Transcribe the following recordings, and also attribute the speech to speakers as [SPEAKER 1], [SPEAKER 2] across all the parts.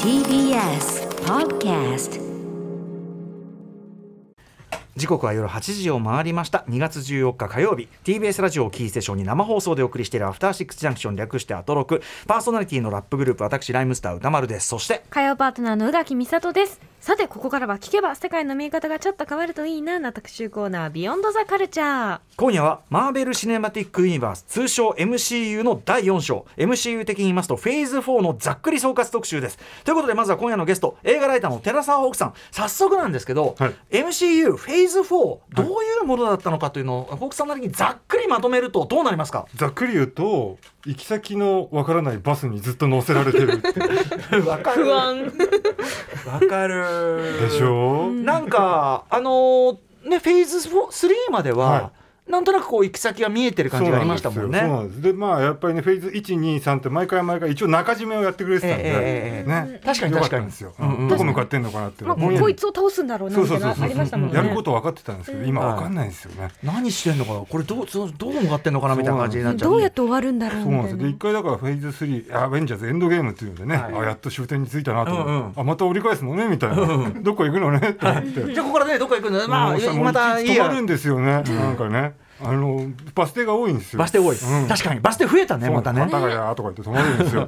[SPEAKER 1] TBS Podcast
[SPEAKER 2] 時刻は夜8時を回りました2月14日火曜日 TBS ラジオをキーステーションに生放送でお送りしているアフターシックスジャンクション略してアトロクパーソナリティのラップグループ私ライムスター歌丸ですそして
[SPEAKER 3] 火曜パートナーの宇垣美里ですさてここからは聞けば世界の見え方がちょっと変わるといいなな特集コーナービヨンドザカルチャー
[SPEAKER 2] 今夜はマーベル・シネマティック・ユニバース通称 MCU の第4章 MCU 的に言いますとフェーズ4のざっくり総括特集ですということでまずは今夜のゲスト映画ライターの寺澤奥さん早速なんですけど、
[SPEAKER 4] はい
[SPEAKER 2] MCU フェーズ4どういうものだったのかというのを奥さんなりにざっくりまとめるとどうなりますか
[SPEAKER 4] ざっくり言うと行き先のわからないバスにずっと乗せられてるって
[SPEAKER 2] わか
[SPEAKER 3] 不安
[SPEAKER 2] わかる
[SPEAKER 4] でし ょう、
[SPEAKER 2] なんかあのーねフェーズ4 3までは、
[SPEAKER 4] は
[SPEAKER 2] なんとなくこう行き先が見えてる感じがありましたもんね。
[SPEAKER 4] そうなんですよそうなんですでまあやっぱりねフェーズ123って毎回毎回一応中締めをやってくれてたんで、
[SPEAKER 2] ええええええ
[SPEAKER 4] ね
[SPEAKER 2] 確かに
[SPEAKER 4] よか
[SPEAKER 2] 確か
[SPEAKER 4] った
[SPEAKER 2] に
[SPEAKER 4] んですよ、
[SPEAKER 2] うんうん
[SPEAKER 4] どこ向かってんのかなっていう
[SPEAKER 3] まあ
[SPEAKER 4] のぼんやり
[SPEAKER 3] こいつを倒すんだろうな
[SPEAKER 4] そう
[SPEAKER 3] みた
[SPEAKER 4] そ
[SPEAKER 3] いうな
[SPEAKER 4] そうそう
[SPEAKER 3] ありましたもんね
[SPEAKER 4] やること分かってたんですけど、今分かんないんですよね、
[SPEAKER 2] 何してんのかなこれどうそのどう向かってんのかなみたいな感じになっちゃう。
[SPEAKER 3] どうやって終わるんだろう
[SPEAKER 4] そう
[SPEAKER 3] み
[SPEAKER 4] なん
[SPEAKER 3] た
[SPEAKER 4] です
[SPEAKER 3] い
[SPEAKER 4] よで一
[SPEAKER 3] な
[SPEAKER 4] 回だからフェーズ3アベンジャーズエンドゲームっていうんでね、
[SPEAKER 2] はい
[SPEAKER 4] あやっと終点に着いたなと思って、
[SPEAKER 2] うんうん
[SPEAKER 4] あまた折り返すのねみたいな、 どっか行くのねって思って、
[SPEAKER 2] じゃあここからねどっか行くのまあ
[SPEAKER 4] もうさ
[SPEAKER 2] また
[SPEAKER 4] もう
[SPEAKER 2] い
[SPEAKER 4] 一
[SPEAKER 2] い
[SPEAKER 4] 日止
[SPEAKER 2] や
[SPEAKER 4] まるんですよね、なんかねあのバス停が多いんですよ
[SPEAKER 2] バス停多い、
[SPEAKER 4] うん
[SPEAKER 2] 確かにバス停増えたね
[SPEAKER 4] そう
[SPEAKER 2] またね
[SPEAKER 4] パタガヤとか言って止まるんですよ、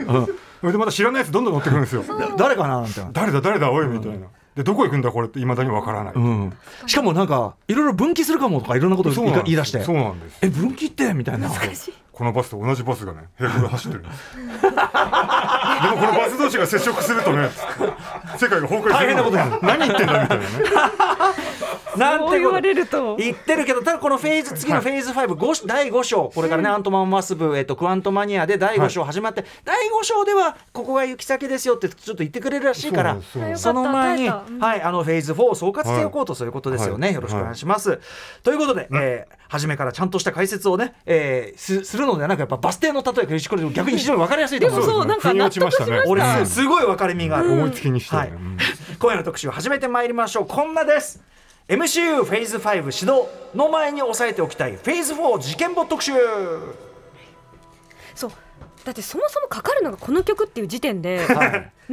[SPEAKER 4] それでまた知らないやつどんどん乗ってくるんですよ
[SPEAKER 2] だ誰かなみたいな。
[SPEAKER 4] 誰だ誰だおいみたいな、でどこ行くんだこれっていまだにわからない、
[SPEAKER 2] うん、しかもなんかいろいろ分岐するかもとかいろんなことを
[SPEAKER 4] そ
[SPEAKER 2] 言
[SPEAKER 4] う
[SPEAKER 2] い
[SPEAKER 4] なんです
[SPEAKER 2] 言い出して
[SPEAKER 4] そうなんです
[SPEAKER 2] え分岐ってみたい な
[SPEAKER 4] このバスと同じバスがね並行で走ってるんですでもこのバス同士が接触するとね世界が崩壊する
[SPEAKER 2] 大変なことになる
[SPEAKER 4] 何言ってんだみたいなね
[SPEAKER 2] なんてこ
[SPEAKER 3] そ
[SPEAKER 2] と
[SPEAKER 3] う言われると
[SPEAKER 2] 言ってるけどただこのフェーズ次のフェーズ5、五第5章これからね、アントマン・マスブ、えっと、クワントマニアで第5章始まって、第5章ではここが行き先ですよってちょっと言ってくれるらしいから
[SPEAKER 4] そうなんです
[SPEAKER 2] その前に、
[SPEAKER 3] よかった耐えたうん
[SPEAKER 2] はい、あのフェーズ4を総括していこうと、そういうことですよね、
[SPEAKER 4] はい
[SPEAKER 2] よろしくお願いします。ということで、えー初めからちゃんとした解説をね、えーすするのではなくやっぱバス停の例えがこれ逆に非常に分かりやすいと
[SPEAKER 3] で
[SPEAKER 2] 思
[SPEAKER 3] も
[SPEAKER 2] います
[SPEAKER 3] そうなんか納得しまし
[SPEAKER 4] 腑に落ちましたね
[SPEAKER 2] 俺
[SPEAKER 4] 俺
[SPEAKER 2] すごい分かれ目がある、
[SPEAKER 4] 思いつきにしてね、
[SPEAKER 2] はい今夜の特集始めてまいりましょうこんなです MCU フェーズ5始動の前に押さえておきたいフェーズ4事件簿特集
[SPEAKER 3] そうだってそもそもかかるのがこの曲っていう時点でね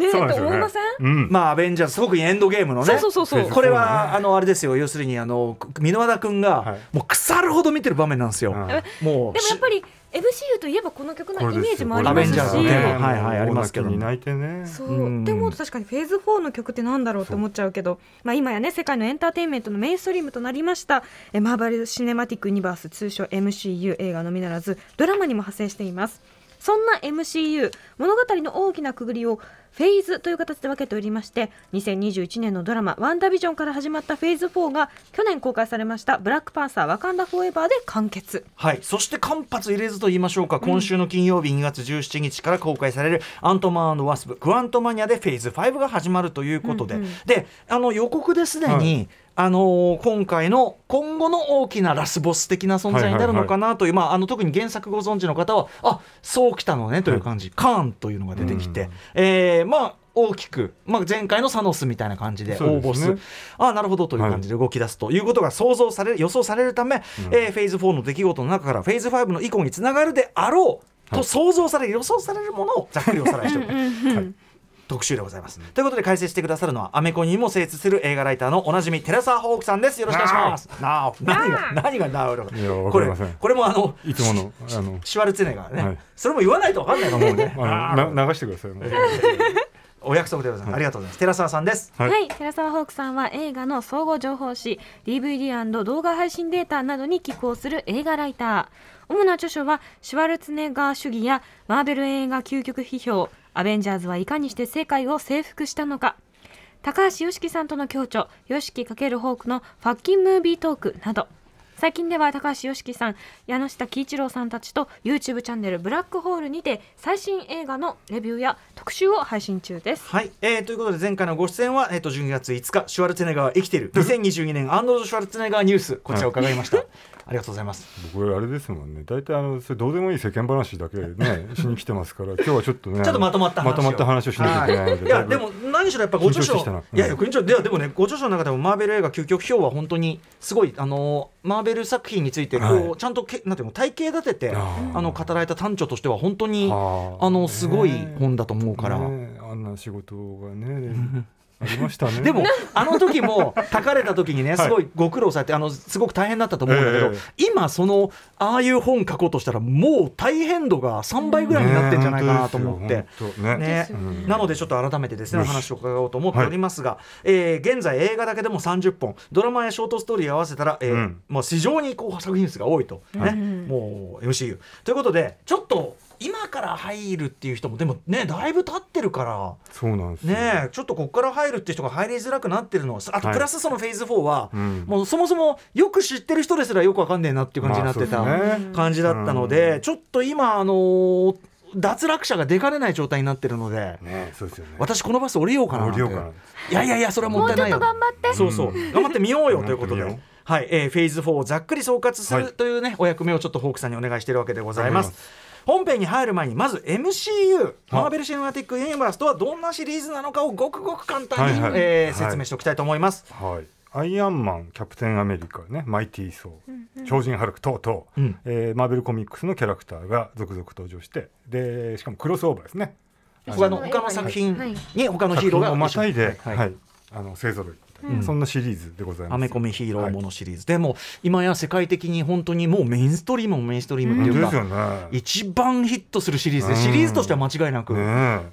[SPEAKER 3] え
[SPEAKER 4] そうなん
[SPEAKER 3] と
[SPEAKER 4] ですよね
[SPEAKER 3] 思いません
[SPEAKER 4] うん
[SPEAKER 2] まあアベンジャーズすごくエンドゲームのね
[SPEAKER 3] そうそうそうそう
[SPEAKER 2] これ
[SPEAKER 4] そう
[SPEAKER 2] は、あのあれですよ要するにあの箕輪田君が、
[SPEAKER 4] はい
[SPEAKER 2] もう腐るほど見てる場面なんですよ、
[SPEAKER 4] うん
[SPEAKER 2] もう
[SPEAKER 3] でもやっぱり MCU といえばこの曲のイメージもあり
[SPEAKER 2] ア
[SPEAKER 3] ま
[SPEAKER 2] ベ
[SPEAKER 3] す
[SPEAKER 2] ン
[SPEAKER 3] し
[SPEAKER 2] ジャーズのねはいはいありますけど
[SPEAKER 4] 大泣きに泣いてね
[SPEAKER 3] そ
[SPEAKER 2] うん
[SPEAKER 3] うって思うと確かにフェーズ4の曲ってなんだろうって思っちゃうけど、まあ、今やね世界のエンターテインメントのメインストリームとなりましたえマーベル・シネマティック・ユニバース通称 MCU 映画のみならずドラマにも派生していますそんな MCU 物語の大きなくぐりをフェーズという形で分けておりまして2021年のドラマ「ワンダービジョン」から始まったフェーズ4が去年公開されました「ブラックパンサーワカンダ・フォーエバー」で完結
[SPEAKER 2] はい、そして間髪入れずと言いましょうか、今週の金曜日2月17日から公開される「アントマンワスプクワントマニア」でフェーズ5が始まるということで、
[SPEAKER 3] うんうん
[SPEAKER 2] であの予告ですでに、
[SPEAKER 4] は
[SPEAKER 2] あのー今回の今後の大きなラスボス的な存在になるのかなという、まあ、あの特に原作ご存知の方はあそうきたのねという感じ、カーンというのが出てきて、
[SPEAKER 4] うん
[SPEAKER 2] えーまあ大きく、まあ、前回のサノスみたいな感じで
[SPEAKER 4] そう
[SPEAKER 2] 応
[SPEAKER 4] で
[SPEAKER 2] 募
[SPEAKER 4] す
[SPEAKER 2] す
[SPEAKER 4] ね
[SPEAKER 2] る、ああなるほどという感じで動き出すということが想像される予想されるため、えーフェーズ4の出来事の中からフェーズ5の以降につながるであろうと想像される、予想されるものをざっくりおさらいしておく。はい特集でございます、ということで解説してくださるのはアメコミにも精通する映画ライターのおなじみ寺澤ホークさんですよろしくお願いしますなお何が何がなおだ
[SPEAKER 4] いやわ
[SPEAKER 2] こ
[SPEAKER 4] かり
[SPEAKER 2] れ
[SPEAKER 4] ません
[SPEAKER 2] これもあの
[SPEAKER 4] いつものあの
[SPEAKER 2] シュワルツェネがね、
[SPEAKER 4] はい
[SPEAKER 2] それも言わないと分かんないかもうね
[SPEAKER 4] あのな流してくださいもう
[SPEAKER 2] お約束でございますありがとうございます寺澤さんです
[SPEAKER 4] は
[SPEAKER 3] はいい、寺澤ホークさんは映画の総合情報誌 DVD& 動画配信データなどに寄稿する映画ライター主な著書は「シュワルツェネッガー主義」や「マーベル映画究極批評」「アベンジャーズはいかにして世界を征服したのか」高橋良樹さんとの共著「良樹×ホークのファッキンムービートーク」など最近では高橋良樹さん柳下喜一郎さんたちと YouTube チャンネル「ブラックホール」にて最新映画のレビューや特集を配信中です。
[SPEAKER 2] はい、えーということで前回のご出演は、えー、と12月5日シュワルツェネッガーは生きてい る2022年アンドロイド・シュワルツェネッガーニュースこちらを伺いました、ありがとうございます
[SPEAKER 4] 僕あれですもんね大体あのそれどうでもいい世間話だ けねしに来てますから今日はちょっとね
[SPEAKER 2] ちょっとまとまった話を
[SPEAKER 4] まとまった話をしなきゃいけないので、
[SPEAKER 2] いや
[SPEAKER 4] だ
[SPEAKER 2] で
[SPEAKER 4] いぶ
[SPEAKER 2] も何しろやっぱご著書
[SPEAKER 4] 緊張してきたな
[SPEAKER 2] のいやいや緊張ではでもねご著書の中でもマーベル映画究極表は本当にすごいあのーマーベエル作品についてこう、
[SPEAKER 4] はい
[SPEAKER 2] ちゃんとけなんていうの体系立ててあ
[SPEAKER 4] あー
[SPEAKER 2] の語られた短調としては本当に
[SPEAKER 4] はあ
[SPEAKER 2] あのすごい
[SPEAKER 4] ねえ
[SPEAKER 2] 本だと思うから。
[SPEAKER 4] ねえあんな仕事が ねありましたね
[SPEAKER 2] でもあの時 も書かれた時にね
[SPEAKER 4] い
[SPEAKER 2] すごいご苦労されてあのすごく大変だったと思うんだけど、
[SPEAKER 4] ええ
[SPEAKER 2] 今そのああいう本書こうとしたらもう大変度が3倍ぐらいになってんじゃないかなと思って。
[SPEAKER 4] ねえ本当ですよ本当ね
[SPEAKER 2] ね
[SPEAKER 4] うん
[SPEAKER 2] なのでちょっと改めてですね
[SPEAKER 4] よし
[SPEAKER 2] 話を伺おうと思っておりますが、えー現在映画だけでも30本ドラマやショートストーリー合わせたら、えー
[SPEAKER 4] うん
[SPEAKER 2] まあ、非常にこう作品数が多いと、ねもう MCU。ということでちょっと今から入るっていう人もでもねだいぶ経ってるから。
[SPEAKER 4] そうなんですよ
[SPEAKER 2] ねえちょっとここから入るって人が入りづらくなってるのはあと
[SPEAKER 4] はい
[SPEAKER 2] プラスそのフェーズ4は、
[SPEAKER 4] うん
[SPEAKER 2] もうそもそもよく知ってる人ですらよくわかんねえなっていう感じになってた、
[SPEAKER 4] まあそうですね
[SPEAKER 2] 感じだったので、
[SPEAKER 4] うん
[SPEAKER 2] ちょっと今あのー脱落者が出かねない状態になってるので、
[SPEAKER 4] ねえそうですよね
[SPEAKER 2] 私このバス降りようかな
[SPEAKER 4] 降りようかない
[SPEAKER 2] やいやいやそれはもったいないよ
[SPEAKER 5] もうちょっと頑張って
[SPEAKER 2] そうそう頑張ってみようよということ
[SPEAKER 4] 頑張って
[SPEAKER 2] で
[SPEAKER 4] みよ。
[SPEAKER 2] はい、えーフェーズ4をざっくり総括す
[SPEAKER 4] は
[SPEAKER 2] る
[SPEAKER 4] い
[SPEAKER 2] というね、お役目をちょっとホークさんにお願いしているわけでございます
[SPEAKER 4] 頑張りま
[SPEAKER 2] 本編に入る前にまず MCU マーベル・シネマティック・ユニバースとはどんなシリーズなのかをごくごく簡単に、
[SPEAKER 4] はいはい
[SPEAKER 2] えー
[SPEAKER 4] はい
[SPEAKER 2] 説明しておきたいと思います、
[SPEAKER 4] はい、アイアンマン、キャプテンアメリカ、ね、マイティー・ソー、超人ハルク等々、
[SPEAKER 2] うん
[SPEAKER 4] えーマーベルコミックスのキャラクターが続々登場してで、しかもクロスオーバーですね、
[SPEAKER 2] 他の他の作品
[SPEAKER 5] はい
[SPEAKER 2] に他のヒ
[SPEAKER 4] 作
[SPEAKER 2] ーロ
[SPEAKER 4] 品
[SPEAKER 2] ーが
[SPEAKER 4] をまたいで、
[SPEAKER 2] は
[SPEAKER 4] はいいあの勢ぞろいみたいな、
[SPEAKER 2] うん
[SPEAKER 4] そんなシリーズでございます。
[SPEAKER 2] アメコミヒーローものシリーズ、でも今や世界的に本当にもうメインストリームもメインストリームっ
[SPEAKER 4] 本
[SPEAKER 2] て
[SPEAKER 4] 当
[SPEAKER 2] いう
[SPEAKER 4] ですよ
[SPEAKER 2] か
[SPEAKER 4] ね。
[SPEAKER 2] 一番ヒットするシリーズで
[SPEAKER 4] うん
[SPEAKER 2] シリーズとしては間違いなく、
[SPEAKER 4] ね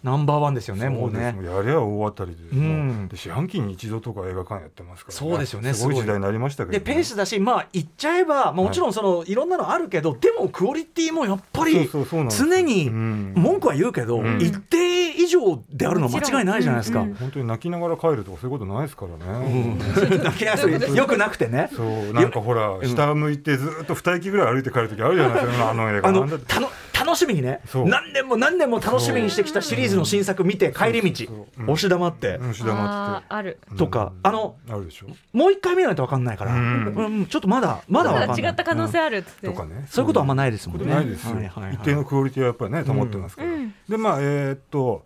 [SPEAKER 2] ナンバーワンですよ
[SPEAKER 4] え
[SPEAKER 2] ねもうね
[SPEAKER 4] そですやりゃ大当たりで,、
[SPEAKER 2] うん
[SPEAKER 4] で四半期に一度とか映画館やってますから、
[SPEAKER 2] そうですよね
[SPEAKER 4] すご
[SPEAKER 2] す
[SPEAKER 4] い
[SPEAKER 2] ごい
[SPEAKER 4] 時代になりましたけど
[SPEAKER 2] で
[SPEAKER 4] ね、
[SPEAKER 2] ペースだし、まあ、言っちゃえば、まあ、もちろんその、い、ろんなのあるけどでもクオリティもやっぱり
[SPEAKER 4] そうそうそうなんですよ
[SPEAKER 2] 常に
[SPEAKER 4] うん
[SPEAKER 2] 文句は言うけど、
[SPEAKER 4] うん
[SPEAKER 2] 一定以上であるのは間違いないじゃないですか。
[SPEAKER 5] う
[SPEAKER 2] うんん
[SPEAKER 4] 本当に泣きながら帰るとかそういうことないですからね。
[SPEAKER 2] だけどよくなくてね。
[SPEAKER 4] そうなんかほら下向いてずーっと二駅ぐらい歩いて帰る時あるじゃないで すかあの映画
[SPEAKER 2] あの
[SPEAKER 4] なんだって
[SPEAKER 2] たの楽しみにね
[SPEAKER 4] そう
[SPEAKER 2] 何年も何年も楽しみにしてきたシリーズの新作見て帰り
[SPEAKER 4] そう
[SPEAKER 2] 道
[SPEAKER 4] そうそううん
[SPEAKER 2] 押し黙って
[SPEAKER 4] 虫玉っ
[SPEAKER 5] あ
[SPEAKER 4] て
[SPEAKER 5] ーある
[SPEAKER 4] うん
[SPEAKER 2] とかあの
[SPEAKER 4] あるでしょ
[SPEAKER 2] もう一回見ないと分かんないから、う
[SPEAKER 4] うん
[SPEAKER 2] んちょっとまだまだ
[SPEAKER 5] ま
[SPEAKER 2] 分
[SPEAKER 5] だ
[SPEAKER 2] かん
[SPEAKER 5] 違
[SPEAKER 2] な
[SPEAKER 5] っ
[SPEAKER 2] い
[SPEAKER 5] た可能性あるっつって
[SPEAKER 4] とかね
[SPEAKER 2] そういうことはあんまないですもんね。
[SPEAKER 4] ないですよ
[SPEAKER 2] はいはいはい
[SPEAKER 4] 一定のクオリティはやっぱりね保ってますから
[SPEAKER 5] うん
[SPEAKER 4] でまあえーっと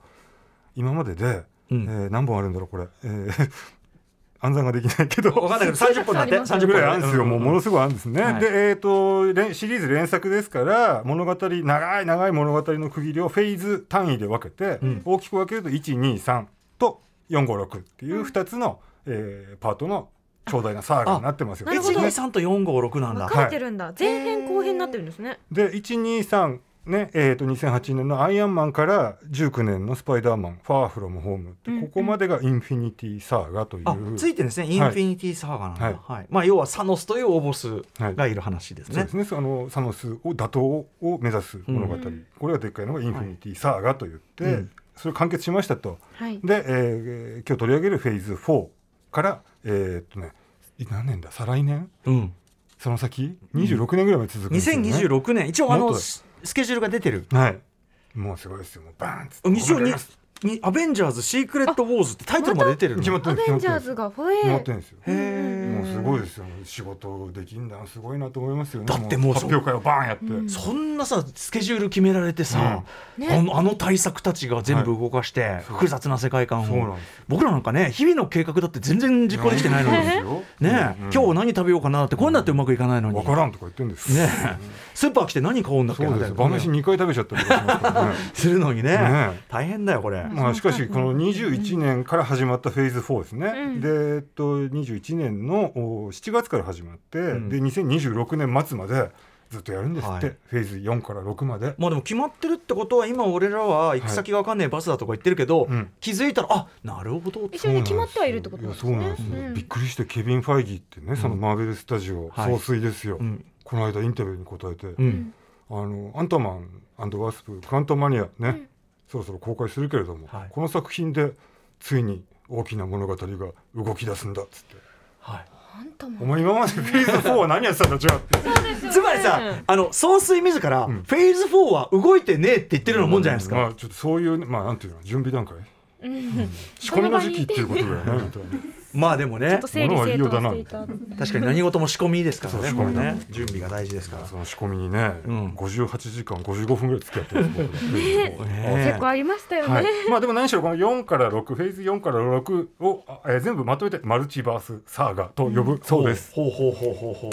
[SPEAKER 4] 今まででえ
[SPEAKER 2] うん
[SPEAKER 4] ー何本あるんだろうこれえー 暗算ができないけど
[SPEAKER 2] 分かんないけど30分だって30分
[SPEAKER 4] ぐらいあるんですよ、もうものすごいあるんですね。
[SPEAKER 2] はい
[SPEAKER 4] で、えっ、とれんシリーズ連作ですから、物語、長い長い物語の区切りをフェーズ単位で分けて、
[SPEAKER 2] うん
[SPEAKER 4] 大きく分けると、1、2、3と4、5、6っていう2つの、えーパートの長大なサーガになってますよ。
[SPEAKER 5] あなるほど
[SPEAKER 2] 123と456なんだ
[SPEAKER 5] 分。かれてるんだ前編後編になってるんですね
[SPEAKER 4] で、1、2、3、ねえー、と2008年の「アイアンマン」から19年の「スパイダーマン」「ファーフロムホーム」っ
[SPEAKER 5] う
[SPEAKER 4] て
[SPEAKER 5] んうん
[SPEAKER 4] ここまでが「インフィニティ・サーガ」という、
[SPEAKER 2] あついてるんですね、インフィニティサーガなんだ、は
[SPEAKER 4] はいい
[SPEAKER 2] まあ、要はサノスという大ボスがいる話です
[SPEAKER 4] そう
[SPEAKER 2] ね
[SPEAKER 4] で。すね。あのサノスを打倒を目指す物語、
[SPEAKER 5] うん
[SPEAKER 4] これがでっかいのがインフィニティサーガと言って、
[SPEAKER 2] うん
[SPEAKER 4] それ完結しましたと。
[SPEAKER 5] はい
[SPEAKER 4] で、えー今日取り上げるフェーズ4からえーっとね何年だ再来年
[SPEAKER 2] うん、
[SPEAKER 4] その先26年ぐらいまで続くんですよね。
[SPEAKER 2] 2026年、一応あ
[SPEAKER 4] もっ
[SPEAKER 2] の
[SPEAKER 4] と
[SPEAKER 2] ススケジュールが出てる。
[SPEAKER 4] はい。もうすごいですよ。もうバーンっつって。
[SPEAKER 2] 一応に
[SPEAKER 4] わかります
[SPEAKER 2] にアベンジャーズシークレットウォーズってタイトルまで出てるの。
[SPEAKER 4] 決まって
[SPEAKER 5] ア
[SPEAKER 4] るんです
[SPEAKER 5] ベンジャーズがフォ
[SPEAKER 4] 決まっ
[SPEAKER 5] エ
[SPEAKER 4] てるんですよ。
[SPEAKER 2] へー
[SPEAKER 4] もうすごいですよ。仕事できんだなすごいなと思いますよね。
[SPEAKER 2] だってもう
[SPEAKER 4] 発表会をバーンやって。
[SPEAKER 5] うん
[SPEAKER 2] そんなさスケジュール決められてさ、
[SPEAKER 5] うん
[SPEAKER 2] あのあの対策たちが全部動かして、
[SPEAKER 4] そう
[SPEAKER 2] 複雑な世界観
[SPEAKER 4] そうなん
[SPEAKER 2] を
[SPEAKER 4] ですよ
[SPEAKER 2] 僕らなんかね日々の計画だって全然実行できてないのに
[SPEAKER 4] そう
[SPEAKER 2] ね
[SPEAKER 4] ですよ
[SPEAKER 2] え、
[SPEAKER 4] うんう
[SPEAKER 2] 今
[SPEAKER 4] ん
[SPEAKER 2] 日何食べようかなってこうなってうまくいかないのに、
[SPEAKER 4] わからんとか言ってるんですよ
[SPEAKER 2] ね えスーパー来て何買うんだっけ
[SPEAKER 4] そう
[SPEAKER 2] み
[SPEAKER 4] で
[SPEAKER 2] た
[SPEAKER 4] す
[SPEAKER 2] い
[SPEAKER 4] よ。
[SPEAKER 2] な
[SPEAKER 4] 晩飯2回食べちゃったりとかしますから ね。
[SPEAKER 2] するのにね
[SPEAKER 4] ねえ
[SPEAKER 2] 大変だよこれ、
[SPEAKER 4] まあ、しかしこの21年から始まったフェーズ4ですね、
[SPEAKER 5] うん
[SPEAKER 4] で、えっと、21年のお7月から始まって、
[SPEAKER 2] ん
[SPEAKER 4] で2026年末までずっとやるんですって、
[SPEAKER 2] はい
[SPEAKER 4] フェーズ4から6まで。
[SPEAKER 2] まあでも決まってるってことは今俺らは行く先が分かんねえバスだとか言ってるけど、
[SPEAKER 4] うん
[SPEAKER 2] 気づいたらあなるほど
[SPEAKER 5] 一緒に決まってはいるってことなんです
[SPEAKER 4] いやそう
[SPEAKER 5] ね
[SPEAKER 4] なんですよ、
[SPEAKER 5] うん
[SPEAKER 4] びっくりしてケビン・ファイギーってねそのマーベル・スタジオ、
[SPEAKER 2] はい
[SPEAKER 4] 総帥ですよ、
[SPEAKER 2] うん
[SPEAKER 4] この間インタビューに答えて、
[SPEAKER 2] うん
[SPEAKER 4] あのアントマンワースプクラントマニアね、そろそろ公開するけれども、
[SPEAKER 2] はい
[SPEAKER 4] この作品でついに大きな物語が動き出すんだっつって。
[SPEAKER 2] はい
[SPEAKER 5] あんたも
[SPEAKER 4] お前今までフェーズ4は 何やってたんだ違うって
[SPEAKER 2] つまりさ、あの総帥自ら、フェーズ4は動いてねえって言ってるようなもんじゃないですか、
[SPEAKER 4] まあちょっとそういうねまあなんていうの準備段階仕込みの時期っていうことだよね みたいな
[SPEAKER 2] まあでも
[SPEAKER 5] ちょ
[SPEAKER 2] ね
[SPEAKER 5] っと整理整頓していた
[SPEAKER 2] 確かに何事も仕込みですから
[SPEAKER 4] そう
[SPEAKER 2] ね
[SPEAKER 4] 仕
[SPEAKER 2] こ
[SPEAKER 4] 込
[SPEAKER 2] れ
[SPEAKER 4] みだ
[SPEAKER 2] ね準備が大事ですから
[SPEAKER 4] その仕込みにね、
[SPEAKER 2] うん
[SPEAKER 4] 58時間55分ぐらい付き合ってます僕 は
[SPEAKER 2] ね
[SPEAKER 5] 結構ありましたよ
[SPEAKER 4] はい
[SPEAKER 5] ね、
[SPEAKER 4] まあでも何しろこの4から6フェーズ4から6を、あえー全部まとめてマルチバースサーガと呼ぶそうです
[SPEAKER 2] ほうほうほうほうほう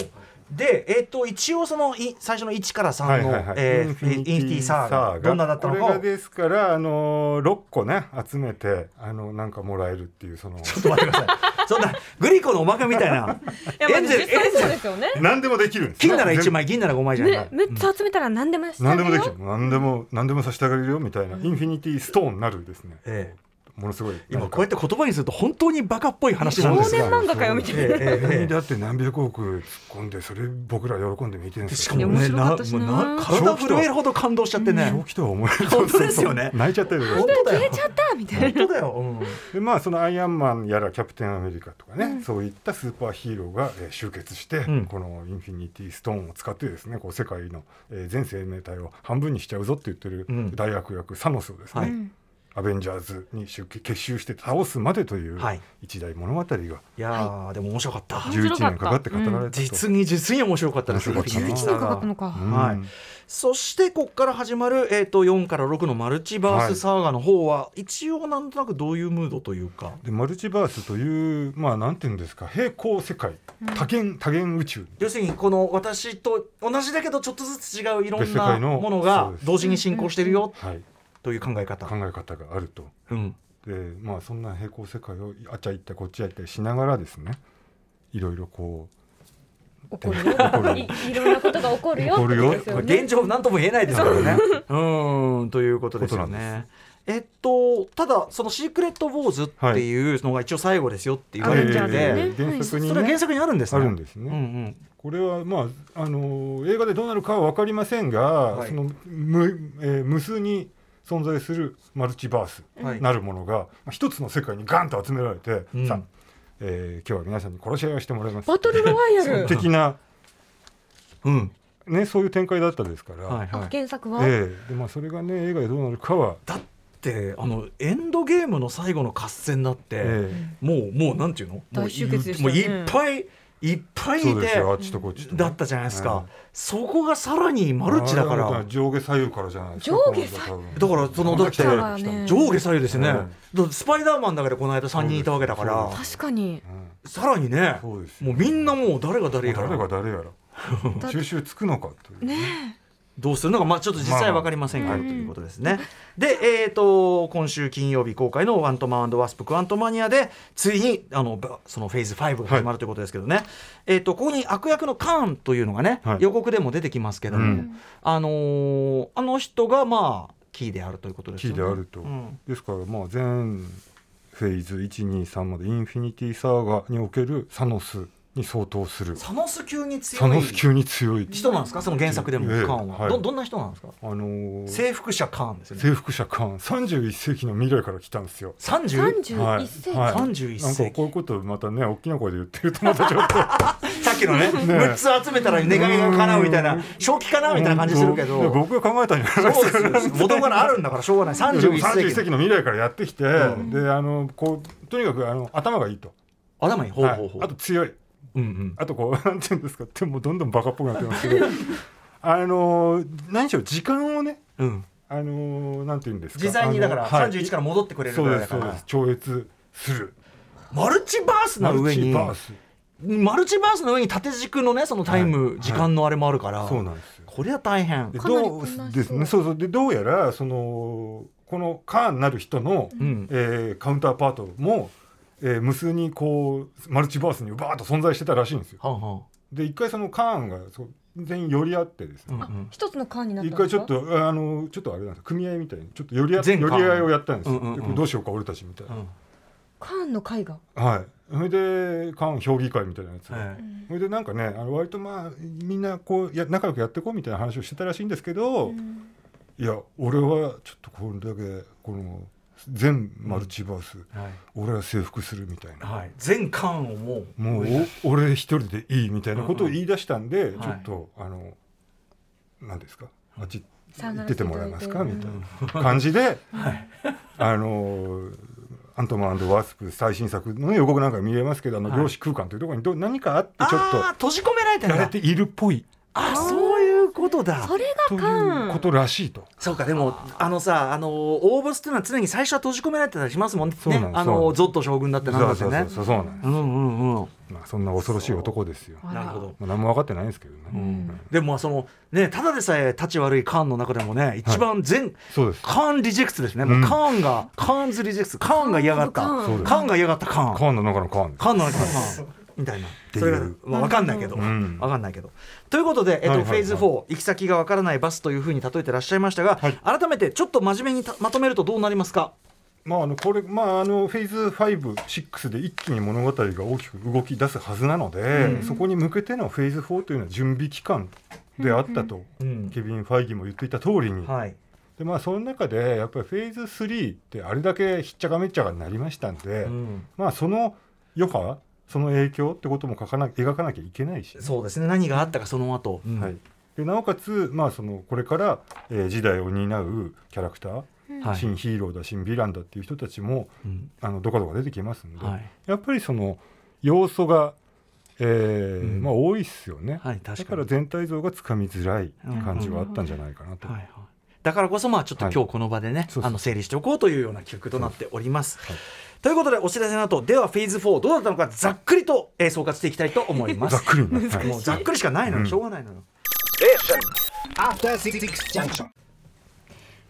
[SPEAKER 2] で、えっと一応そのい最初の1から3
[SPEAKER 4] はいはいは
[SPEAKER 2] の
[SPEAKER 4] い
[SPEAKER 2] えーイ
[SPEAKER 4] イン
[SPEAKER 2] ン
[SPEAKER 4] フィニティ
[SPEAKER 2] フィニティサー
[SPEAKER 4] サ
[SPEAKER 2] ガ
[SPEAKER 4] ーガ
[SPEAKER 2] どんなだったのか
[SPEAKER 4] こ
[SPEAKER 2] を
[SPEAKER 4] れがですからあのー、6個ね集めてあのなんかもらえるっていうその
[SPEAKER 2] ちょっと待ってください。そんなグリコのおまけみたいな。エンゼル、エンゼル。
[SPEAKER 5] ですよね。
[SPEAKER 4] 何でもできるんです
[SPEAKER 2] 金なら1枚、銀なら5枚じゃない。
[SPEAKER 5] ね、めっちゃ集めたら何でもした
[SPEAKER 4] 何でもできる 何でも何でもさせてあげるよみたいな、インフィニティストーンなるですね
[SPEAKER 2] ええ
[SPEAKER 4] ものすごい
[SPEAKER 2] 今こうやって言葉にすると本当にバカっぽい話なん
[SPEAKER 5] 少
[SPEAKER 2] です
[SPEAKER 5] 年
[SPEAKER 2] が。
[SPEAKER 5] 漫画かよみたいな。
[SPEAKER 2] ええ ええええ
[SPEAKER 4] だって何百億突っ込んでそれ僕ら喜んで見てるんです
[SPEAKER 2] し
[SPEAKER 4] よ
[SPEAKER 2] かもね、
[SPEAKER 5] いや面白かったしな
[SPEAKER 2] なもうな体震えるほど感動しちゃって
[SPEAKER 4] 正
[SPEAKER 2] ね。
[SPEAKER 4] 気とは思えない
[SPEAKER 2] 本当ですよね
[SPEAKER 4] 泣いちゃったりとかし
[SPEAKER 2] 本
[SPEAKER 4] て
[SPEAKER 2] 当だ
[SPEAKER 5] 消え
[SPEAKER 2] よ
[SPEAKER 5] ち。ゃったみたい
[SPEAKER 2] 本
[SPEAKER 5] な。
[SPEAKER 2] 当だよ。うん
[SPEAKER 4] でまあそのアイアンマンやらキャプテンアメリカとかね、そういったスーパーヒーローが、えー集結して、
[SPEAKER 2] ん
[SPEAKER 4] このインフィニティストーンを使ってですねこう世界の、えー全生命体を半分にしちゃうぞって言ってる
[SPEAKER 2] うん
[SPEAKER 4] 大悪役サノスをですね、
[SPEAKER 2] はい
[SPEAKER 4] アベンジャーズに集結結集して倒すまでという
[SPEAKER 2] はい
[SPEAKER 4] 一大物語が
[SPEAKER 2] いやーでも面白かった。
[SPEAKER 4] 11年かかって語られたと、
[SPEAKER 2] 実に実に面白かったです。
[SPEAKER 4] 面白かったな
[SPEAKER 2] インフィニティ
[SPEAKER 5] 一年
[SPEAKER 2] サー
[SPEAKER 5] か
[SPEAKER 2] ガ
[SPEAKER 5] かったのか。
[SPEAKER 4] うん
[SPEAKER 2] はいそしてここから始まる、えー、と4から6のマルチバースサーガの方は、一応なんとなくどういうムードというか
[SPEAKER 4] でマルチバースというまあなんていうんですか平行世界多元多元宇宙
[SPEAKER 2] 要するにこの私と同じだけどちょっとずつ違ういろ
[SPEAKER 4] 別
[SPEAKER 2] ん
[SPEAKER 4] 世
[SPEAKER 2] な
[SPEAKER 4] 界の
[SPEAKER 2] もの
[SPEAKER 4] そう
[SPEAKER 2] が
[SPEAKER 4] です
[SPEAKER 2] 同時に進行してるよ
[SPEAKER 4] はい
[SPEAKER 2] という考え方
[SPEAKER 4] 考。え方があると。
[SPEAKER 2] うん
[SPEAKER 4] でまあそんな平行世界をあっちゃ行ったこっちゃ行ったしながらですねいろいろこ
[SPEAKER 5] 起こるよ。
[SPEAKER 4] る
[SPEAKER 5] いいろんなことが起こるよ。ってことです
[SPEAKER 2] こ
[SPEAKER 5] よ
[SPEAKER 2] れ
[SPEAKER 5] ね
[SPEAKER 2] 現状なんとも言えないですからね。うーんということですよ
[SPEAKER 4] ことなん
[SPEAKER 2] ね。えっとただその「シークレット・ウォーズ」っていうのが一応最後ですよって言
[SPEAKER 4] う、
[SPEAKER 2] わ
[SPEAKER 5] ア
[SPEAKER 2] れ
[SPEAKER 5] ベ
[SPEAKER 2] て
[SPEAKER 5] ンジャ
[SPEAKER 2] て
[SPEAKER 5] ーズね
[SPEAKER 4] えー原
[SPEAKER 2] そ
[SPEAKER 4] 作
[SPEAKER 2] れ
[SPEAKER 4] に
[SPEAKER 2] は
[SPEAKER 4] ね
[SPEAKER 2] 原作にあるんです
[SPEAKER 4] あ
[SPEAKER 2] ね。
[SPEAKER 4] るんです
[SPEAKER 2] う
[SPEAKER 4] ね、
[SPEAKER 2] んうん
[SPEAKER 4] これはまああのー映画でどうなるかは分かりませんが、
[SPEAKER 2] はい
[SPEAKER 4] その無,、えー無数に存在するマルチバース
[SPEAKER 2] はい
[SPEAKER 4] なるものが、まあ一つの世界にガンと集められて、
[SPEAKER 2] うん
[SPEAKER 4] さあ、えー今日は皆さんに殺し合いをしてもらいます
[SPEAKER 5] バトルロワイヤル。
[SPEAKER 4] 的な、
[SPEAKER 2] うん
[SPEAKER 4] ね、そういう展開だったですから、
[SPEAKER 2] はいはい
[SPEAKER 5] あ原作は。
[SPEAKER 4] ええでまあ、それがね映画でどうなるかは、
[SPEAKER 2] だってあのエンドゲームの最後の合戦だって、
[SPEAKER 4] ええ
[SPEAKER 2] もうもうなんていうのもう
[SPEAKER 5] 大集結でした
[SPEAKER 2] もう
[SPEAKER 5] ね
[SPEAKER 2] いっぱいいっぱいい
[SPEAKER 4] そうで
[SPEAKER 2] て
[SPEAKER 4] すよあっちとこっちとね、
[SPEAKER 2] だったじゃないですか、
[SPEAKER 4] はい
[SPEAKER 2] そこがさらにマルチだから
[SPEAKER 4] あれは上下左右からじゃないですか
[SPEAKER 5] 上下左
[SPEAKER 4] 右
[SPEAKER 2] だからそのだって
[SPEAKER 5] 北はね
[SPEAKER 2] 上下左右ですよね、
[SPEAKER 4] うん
[SPEAKER 2] だってスパイダーマンだけでこの間3人いたわけだから
[SPEAKER 4] そう
[SPEAKER 5] 確かに。
[SPEAKER 2] さらにね
[SPEAKER 4] そうですよ
[SPEAKER 2] もうみんなもう誰が誰や
[SPEAKER 4] 誰が
[SPEAKER 2] ら
[SPEAKER 4] 誰や
[SPEAKER 5] だ
[SPEAKER 4] ら収集つくのかという、
[SPEAKER 5] ね
[SPEAKER 2] どうするのかまあちょっと実際は分かりませんが、
[SPEAKER 4] まあ
[SPEAKER 2] ということですね、でえー、と今週金曜日公開の「ワントマンワスプクワントマニア」でついにあのばそのフェーズ5が始まるということですけどね、えー、とここに悪役のカーンというのがね、
[SPEAKER 4] はい
[SPEAKER 2] 予告でも出てきますけども、
[SPEAKER 4] うん
[SPEAKER 2] あのーあの人がまあキーであるということです
[SPEAKER 4] キ
[SPEAKER 2] よ
[SPEAKER 4] ー
[SPEAKER 2] ね。
[SPEAKER 4] であると、
[SPEAKER 2] うん
[SPEAKER 4] ですからまあ全フェーズ123までインフィニティサーガにおけるサノスに相当する
[SPEAKER 2] サノス級に
[SPEAKER 4] サ
[SPEAKER 2] 強
[SPEAKER 4] ノ
[SPEAKER 2] い
[SPEAKER 4] ス級に強い
[SPEAKER 2] 人なんですかその原作でもカ
[SPEAKER 4] ええ
[SPEAKER 2] ーンは、
[SPEAKER 4] はい
[SPEAKER 2] どどんな人なんですか
[SPEAKER 4] あのー
[SPEAKER 2] 征服者カーンですよね
[SPEAKER 4] 征服者カーン31世紀の未来から来たんですよ
[SPEAKER 2] 30
[SPEAKER 5] 三十一世紀。
[SPEAKER 2] 31世紀
[SPEAKER 4] なんかこういうことまたね大きな声で言ってるとまたちょっと
[SPEAKER 2] さっきのね6つ集めたら願いが叶うみたいな正気か なみたいな感じするけ
[SPEAKER 4] いや
[SPEAKER 2] ど
[SPEAKER 4] 僕が考えたんじゃない
[SPEAKER 2] そうですよ元からあるんだからしょうがない
[SPEAKER 4] でも
[SPEAKER 2] 31
[SPEAKER 4] 31
[SPEAKER 2] 世
[SPEAKER 4] 世
[SPEAKER 2] 紀
[SPEAKER 4] 紀の未来からやってきて、
[SPEAKER 2] うん
[SPEAKER 4] であのこうとにかくあの頭がいいと、
[SPEAKER 2] 頭にほうほうほう、
[SPEAKER 4] はいあと強い
[SPEAKER 2] うんうん
[SPEAKER 4] あとこうなん ていうんですかってもうどんどんバカっぽくなってますけ どあの何でしょう時間をね
[SPEAKER 2] うん
[SPEAKER 4] あのなんていうんですか
[SPEAKER 2] 自在にだから
[SPEAKER 4] あの
[SPEAKER 2] 31から戻ってくれるぐ
[SPEAKER 4] そう
[SPEAKER 2] らい
[SPEAKER 4] で
[SPEAKER 2] だ
[SPEAKER 4] す
[SPEAKER 2] か
[SPEAKER 4] そうで
[SPEAKER 2] ら
[SPEAKER 4] す超越する
[SPEAKER 2] マルチバースの上に
[SPEAKER 4] マルチバース
[SPEAKER 2] マルチバースの上に縦軸のねそのタイム、
[SPEAKER 4] はい
[SPEAKER 2] 時間のあれもあるから
[SPEAKER 4] そうなんですよ
[SPEAKER 2] これは大変
[SPEAKER 4] で
[SPEAKER 5] かなり
[SPEAKER 4] どう
[SPEAKER 5] 混乱しそう
[SPEAKER 4] ですねそうそうでどうやらそのこのカーンなる人の、
[SPEAKER 2] うん
[SPEAKER 4] えーカウンターパートも、えー無数にこうマルチバースにバーッと存在してたらしいんですよ。
[SPEAKER 2] はんはん
[SPEAKER 4] で一回そのカーンがそう全員寄り合ってです
[SPEAKER 2] うん
[SPEAKER 4] ね、
[SPEAKER 2] うん
[SPEAKER 5] 一つの缶になったん
[SPEAKER 4] 一
[SPEAKER 5] ですか。
[SPEAKER 4] 回ちょっとああのちょっとあれなんですよ組合みたいにちょっと寄り合寄
[SPEAKER 2] 全
[SPEAKER 4] り
[SPEAKER 2] カーン
[SPEAKER 4] 合いをやったんです
[SPEAKER 2] う
[SPEAKER 4] よ、
[SPEAKER 2] んうんうん
[SPEAKER 4] でこれどうしようか俺たちみたいうな、
[SPEAKER 2] ん
[SPEAKER 5] 缶の絵画。
[SPEAKER 4] はいそれでカーン評議会みたいなやつ、
[SPEAKER 2] ええ
[SPEAKER 4] それでなんかねあの割とまあみんなこうや仲良くやっていこうみたいな話をしてたらしいんですけど、いや俺はちょっとこれだけこの全マルチバース、
[SPEAKER 2] はい
[SPEAKER 4] 俺は征服するみたいな、
[SPEAKER 2] はい、全巻をもう
[SPEAKER 4] もうお俺一人でいいみたいなことを言い出したんで、
[SPEAKER 2] んうん
[SPEAKER 4] ちょっと、あの何ですかあっち
[SPEAKER 5] さよな
[SPEAKER 4] 行
[SPEAKER 5] ら
[SPEAKER 4] っててもらえますか
[SPEAKER 5] してい
[SPEAKER 4] みたいな感じで、あのアントマンワースプ最新作の予告なんか見れますけどあの
[SPEAKER 2] はい
[SPEAKER 4] 量子空間というところにどう何かあってちょっ
[SPEAKER 2] あー閉じ込められて
[SPEAKER 4] と
[SPEAKER 2] んだ
[SPEAKER 4] やれているっぽい
[SPEAKER 2] あそういうこことだ
[SPEAKER 5] それ
[SPEAKER 4] と
[SPEAKER 5] が
[SPEAKER 4] いう
[SPEAKER 5] 缶
[SPEAKER 4] ことらしいと。
[SPEAKER 2] そうかでもあのさあの応募っていうのは常に最初は閉じ込められてたりしますもんね
[SPEAKER 4] そうなんです
[SPEAKER 2] あ
[SPEAKER 4] そうなん
[SPEAKER 2] の
[SPEAKER 4] です
[SPEAKER 2] ゾッと将軍だってなんだってね
[SPEAKER 4] そうそうそうそうなんです
[SPEAKER 2] うんうんうん
[SPEAKER 4] まあそんな恐ろしい男ですよ。
[SPEAKER 5] あ
[SPEAKER 2] な
[SPEAKER 5] ら
[SPEAKER 2] るほど
[SPEAKER 4] まあ何も分かってないんですけどね。
[SPEAKER 5] ん
[SPEAKER 2] でもまあそのねただでさえ立ち悪いカーンの中でもね一番全、
[SPEAKER 4] そうです。
[SPEAKER 2] カーンリジェクトですね、もううんカーンがカーンズリジェクトカーンが嫌がった
[SPEAKER 5] カ
[SPEAKER 2] カ
[SPEAKER 5] ーン
[SPEAKER 4] そうです
[SPEAKER 2] ーンが嫌がったカーン
[SPEAKER 4] カーンの中のカーンです。
[SPEAKER 2] カーンの中のカーンみたいな
[SPEAKER 4] ていう
[SPEAKER 2] それが、まあ、分かんないけど、
[SPEAKER 4] う
[SPEAKER 2] わ
[SPEAKER 4] ん
[SPEAKER 2] かんないけどということで、えっと
[SPEAKER 4] はいはいはい
[SPEAKER 2] フェーズ4行き先が分からないバスというふうに例えてらっしゃいましたが、
[SPEAKER 4] はい
[SPEAKER 2] 改めてちょっと真面目にたまとめるとどうなりますか
[SPEAKER 4] まああのこれまああのフェーズ5、6で一気に物語が大きく動き出すはずなので、そこに向けてのフェーズ4というのは準備期間であったと、
[SPEAKER 2] うん
[SPEAKER 4] ケビン・ファイギーも言っていた通りに。
[SPEAKER 2] はい
[SPEAKER 4] でまあその中でやっぱりフェーズ3ってあれだけひっちゃかめっちゃかになりましたんで、
[SPEAKER 2] うん
[SPEAKER 4] まあその余波その影響ってことも書かな描かなきゃいけないし、
[SPEAKER 2] そうですね何があったかその後、うん
[SPEAKER 4] はい、でなおかつ、まあ、そのこれから、えー時代を担うキャラクター、
[SPEAKER 2] はい
[SPEAKER 4] 新ヒーローだ新ヴィランだっていう人たちも
[SPEAKER 2] うん
[SPEAKER 4] あのどかどか出てきますんで、
[SPEAKER 2] はい
[SPEAKER 4] やっぱりその要素が、えー
[SPEAKER 2] うん
[SPEAKER 4] まあ、多いっすよね、
[SPEAKER 2] はい確かに
[SPEAKER 4] だから全体像がつかみづらい感じはあったんじゃないかなと。
[SPEAKER 2] はいはい、だからこそまあちょっと
[SPEAKER 4] はい
[SPEAKER 2] 今日この場でね、
[SPEAKER 4] そうそう
[SPEAKER 2] あの整理しておこうというような企画となっております。
[SPEAKER 4] はい
[SPEAKER 2] ということでお知らせの後ではフェーズ4どうだったのかざっくりと、えー総括していきたいと思いま
[SPEAKER 4] ざっ
[SPEAKER 2] す。
[SPEAKER 4] くりねはい
[SPEAKER 2] もうざっくりしかないの
[SPEAKER 4] う
[SPEAKER 2] に
[SPEAKER 4] ん
[SPEAKER 2] しょうがないのよ。
[SPEAKER 6] After Six Junction.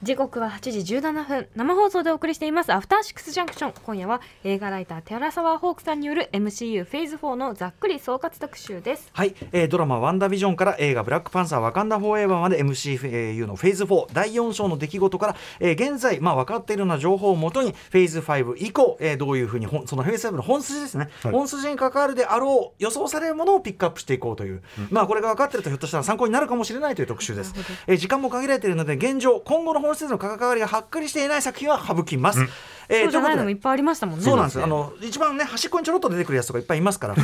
[SPEAKER 5] 時刻は8時17分生放送でお送りしていますアフターシックスジャンクション今夜は映画ライター寺澤ホークさんによる MCU フェーズ4のざっくり総括特集です
[SPEAKER 2] はい、えードラマ「ワンダービジョン」から映画「ブラックパンサーワカンダ・フォーエバー」まで MCU のフェーズ4第4章の出来事から、えー現在、まあ、分かっているような情報をもとにフェーズ5以降、えーどういうふうにほんそのフェーズ5の本筋ですね、
[SPEAKER 4] はい
[SPEAKER 2] 本筋に関わるであろう予想されるものをピックアップしていこうという、まあ、これが分かっているとひょっとしたら参考になるかもしれないという特集です、えー時間も限られているので現状今後の本質の関わりがはっきりしていない作品は省きます、えー
[SPEAKER 5] そうじゃないの
[SPEAKER 2] と
[SPEAKER 5] も
[SPEAKER 2] いうことで
[SPEAKER 5] いっぱいありましたもんね
[SPEAKER 2] そうなんですよあの一番ね端っこにちょろっと出てくるやつとかいっぱいいます から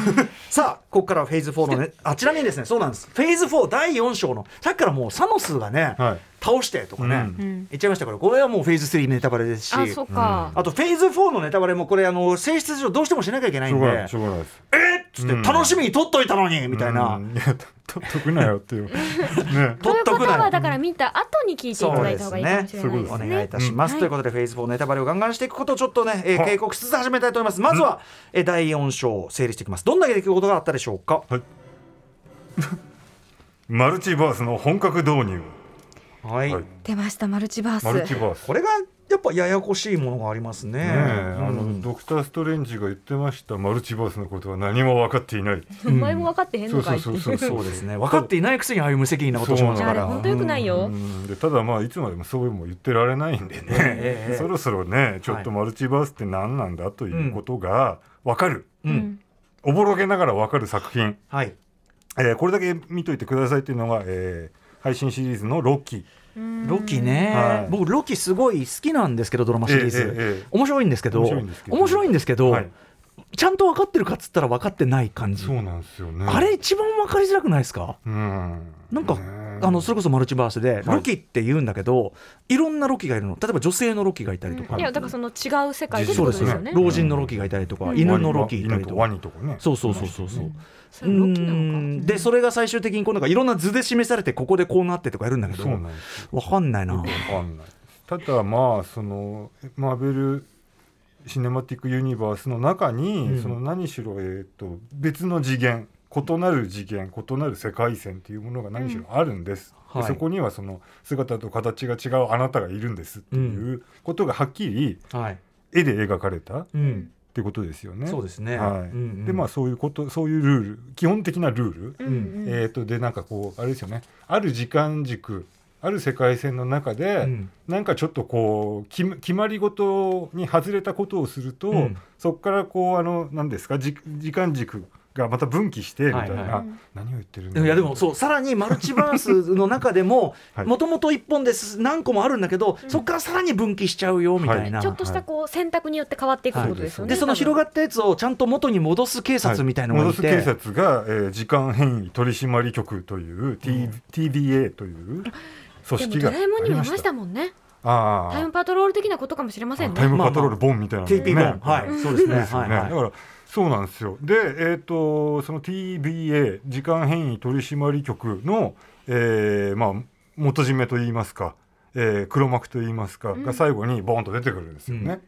[SPEAKER 2] さあここからはフェーズ4のねあちなみにですねそうなんですフェーズ4第4章のさっきからもうサノスがね、
[SPEAKER 4] はい
[SPEAKER 2] 倒してとかね、
[SPEAKER 4] うん
[SPEAKER 5] うん
[SPEAKER 2] 言っちゃいましたからこれはもうフェーズ3ネタバレですし
[SPEAKER 5] あそっか、
[SPEAKER 2] あとフェーズ4のネタバレもこれあの性質上どうしてもしなきゃいけない
[SPEAKER 4] しょ
[SPEAKER 2] ん
[SPEAKER 4] う
[SPEAKER 2] で
[SPEAKER 4] がないしょうがないです。
[SPEAKER 2] えっつって、
[SPEAKER 4] うん
[SPEAKER 2] 楽しみに撮っといたのにみたいな、
[SPEAKER 4] うんいやととっとくなよっていう ね
[SPEAKER 5] と
[SPEAKER 2] 取
[SPEAKER 5] い
[SPEAKER 2] っ
[SPEAKER 5] う
[SPEAKER 2] と
[SPEAKER 5] こと
[SPEAKER 2] くなよ
[SPEAKER 5] はだから見た後に聞いていただいた方がいいかもしれないです
[SPEAKER 2] お
[SPEAKER 5] ね
[SPEAKER 2] 願いいたします、
[SPEAKER 5] うん
[SPEAKER 2] ということで、フェイス4ネタバレをガンガンしていくことをちょっとね、えー
[SPEAKER 4] はい
[SPEAKER 2] 警告しつつ始めたいと思いますまずは、えー第4章を整理していきますどんな出来事があったでしょうか
[SPEAKER 4] マルチバースの本格導入、
[SPEAKER 2] はい、
[SPEAKER 4] はい
[SPEAKER 5] 出ましたマルチバース
[SPEAKER 4] マルチバース
[SPEAKER 2] これがやっぱややこしいものがありますね
[SPEAKER 4] ねえあ
[SPEAKER 2] うん
[SPEAKER 4] のドクター・ストレンジが言ってましたマルチバースのことは何も分かってい ない、
[SPEAKER 5] お前も分かってへん
[SPEAKER 4] そ
[SPEAKER 5] の
[SPEAKER 4] う
[SPEAKER 5] か
[SPEAKER 4] そ
[SPEAKER 5] いうって
[SPEAKER 4] そ
[SPEAKER 5] いう
[SPEAKER 4] そ
[SPEAKER 5] う
[SPEAKER 4] う
[SPEAKER 2] そうですね分かっていないくせにああいう無責任なことをします
[SPEAKER 5] そう
[SPEAKER 2] か
[SPEAKER 5] なんだ
[SPEAKER 2] ら
[SPEAKER 5] あれ本当良くないよ
[SPEAKER 4] うんでただまあいつまでもそういうのも言ってられないんでね、
[SPEAKER 2] えええ
[SPEAKER 4] そろそろねちょっとマルチバースって何なんだということが分かる、
[SPEAKER 2] うん
[SPEAKER 5] ん
[SPEAKER 4] おぼろげながら分かる作品、
[SPEAKER 2] はい
[SPEAKER 4] えーこれだけ見といてくださいっていうのが、えー配信シリーズの「ロッキー
[SPEAKER 2] ロキね、
[SPEAKER 4] はい
[SPEAKER 2] 僕ロキすごい好きなんですけどドラマシリーズ、
[SPEAKER 4] ええええええ
[SPEAKER 2] 面白いんですけど
[SPEAKER 4] 面白いんですけど
[SPEAKER 2] 面白いんですけど
[SPEAKER 4] はい
[SPEAKER 2] ちゃんと分かってるかっつったら分かってない感」じ
[SPEAKER 4] そうなんですよね
[SPEAKER 2] あれ一番分かりづらくないですか
[SPEAKER 4] うん
[SPEAKER 2] なんか、
[SPEAKER 4] ねえ
[SPEAKER 2] あのそれこそマルチバースでロキって言うんだけど、い、ろんなロキがいるの例えば女性のロキがいたりとか、
[SPEAKER 5] いやだからその違う世界でって
[SPEAKER 2] そう
[SPEAKER 5] こ
[SPEAKER 2] で
[SPEAKER 5] と
[SPEAKER 2] す
[SPEAKER 5] です
[SPEAKER 2] ね
[SPEAKER 5] よね
[SPEAKER 2] 老人のロキがいたりとか、
[SPEAKER 5] うん
[SPEAKER 2] 犬のロキいた
[SPEAKER 4] 犬
[SPEAKER 2] りと
[SPEAKER 4] と
[SPEAKER 2] か、
[SPEAKER 4] ワニとかね
[SPEAKER 2] そうそうそうそうそう。
[SPEAKER 5] それロキな
[SPEAKER 2] う
[SPEAKER 5] の
[SPEAKER 2] ん
[SPEAKER 5] か
[SPEAKER 2] でそれが最終的にこうなんかいろんな図で示されてここでこうなってとかやるんだけど
[SPEAKER 4] そうなんですよ
[SPEAKER 2] わかんないな
[SPEAKER 4] わかんないただまあそのマーベルシネマティック・ユニバースの中に、
[SPEAKER 2] うん
[SPEAKER 4] その何しろ、えー、と別の次元異なる次元異なる世界線というものが何しろあるんで
[SPEAKER 2] うん
[SPEAKER 4] す、
[SPEAKER 2] はい
[SPEAKER 4] でそこにはその姿と形が違うあなたがいるんですっていうことがはっきり
[SPEAKER 2] はい、
[SPEAKER 4] 絵で描かれたっ
[SPEAKER 2] うん、
[SPEAKER 4] てことですよね。
[SPEAKER 2] そうですね、
[SPEAKER 4] はい
[SPEAKER 2] うんうん
[SPEAKER 4] でまあそういうことそういうルール基本的なルール、
[SPEAKER 5] うんうん
[SPEAKER 4] えー、とでなんかこうあれですよねある時間軸ある世界線の中で、
[SPEAKER 2] うん
[SPEAKER 4] なんかちょっとこう決め決まり事に外れたことをすると、
[SPEAKER 2] うん
[SPEAKER 4] そこからこうあの何ですかじ時間軸がまた分岐してみたいな、
[SPEAKER 2] はいはい
[SPEAKER 4] 何を言ってるん
[SPEAKER 2] で
[SPEAKER 4] だ
[SPEAKER 2] もいやでも
[SPEAKER 4] う
[SPEAKER 2] そうさらにマルチバースの中で も
[SPEAKER 4] はい
[SPEAKER 2] もともと1本です何個もあるんだけどそこからさらに分岐しちゃうよみたいな、
[SPEAKER 4] は
[SPEAKER 5] ちょっとしたこう選択によって変わっていくってことですよね
[SPEAKER 2] でその広がったやつをちゃんと元に戻す警察みたいなのがいて、
[SPEAKER 4] 戻す警察が、えー時間変異取締局という、T TDA という組
[SPEAKER 5] でも
[SPEAKER 4] 織
[SPEAKER 5] ド
[SPEAKER 4] が
[SPEAKER 5] ラえもん
[SPEAKER 4] あ
[SPEAKER 5] に
[SPEAKER 4] り
[SPEAKER 5] もいま
[SPEAKER 4] まし
[SPEAKER 5] したたもんね
[SPEAKER 4] あ
[SPEAKER 5] タイ
[SPEAKER 4] ー
[SPEAKER 5] ムパトロール的なことかもしれません
[SPEAKER 4] タイ
[SPEAKER 5] ね
[SPEAKER 4] ムパトロールボンみたいなのね
[SPEAKER 2] TP ボンはい、そうですね
[SPEAKER 4] ですよ
[SPEAKER 2] はい
[SPEAKER 4] ねだ
[SPEAKER 2] は
[SPEAKER 4] からそうなんですよでえっ、とその TBA 時間変異取締局の、えーまあ、元締めといいますか、えー黒幕といいますか、が最後にボーンと出てくるんですよね。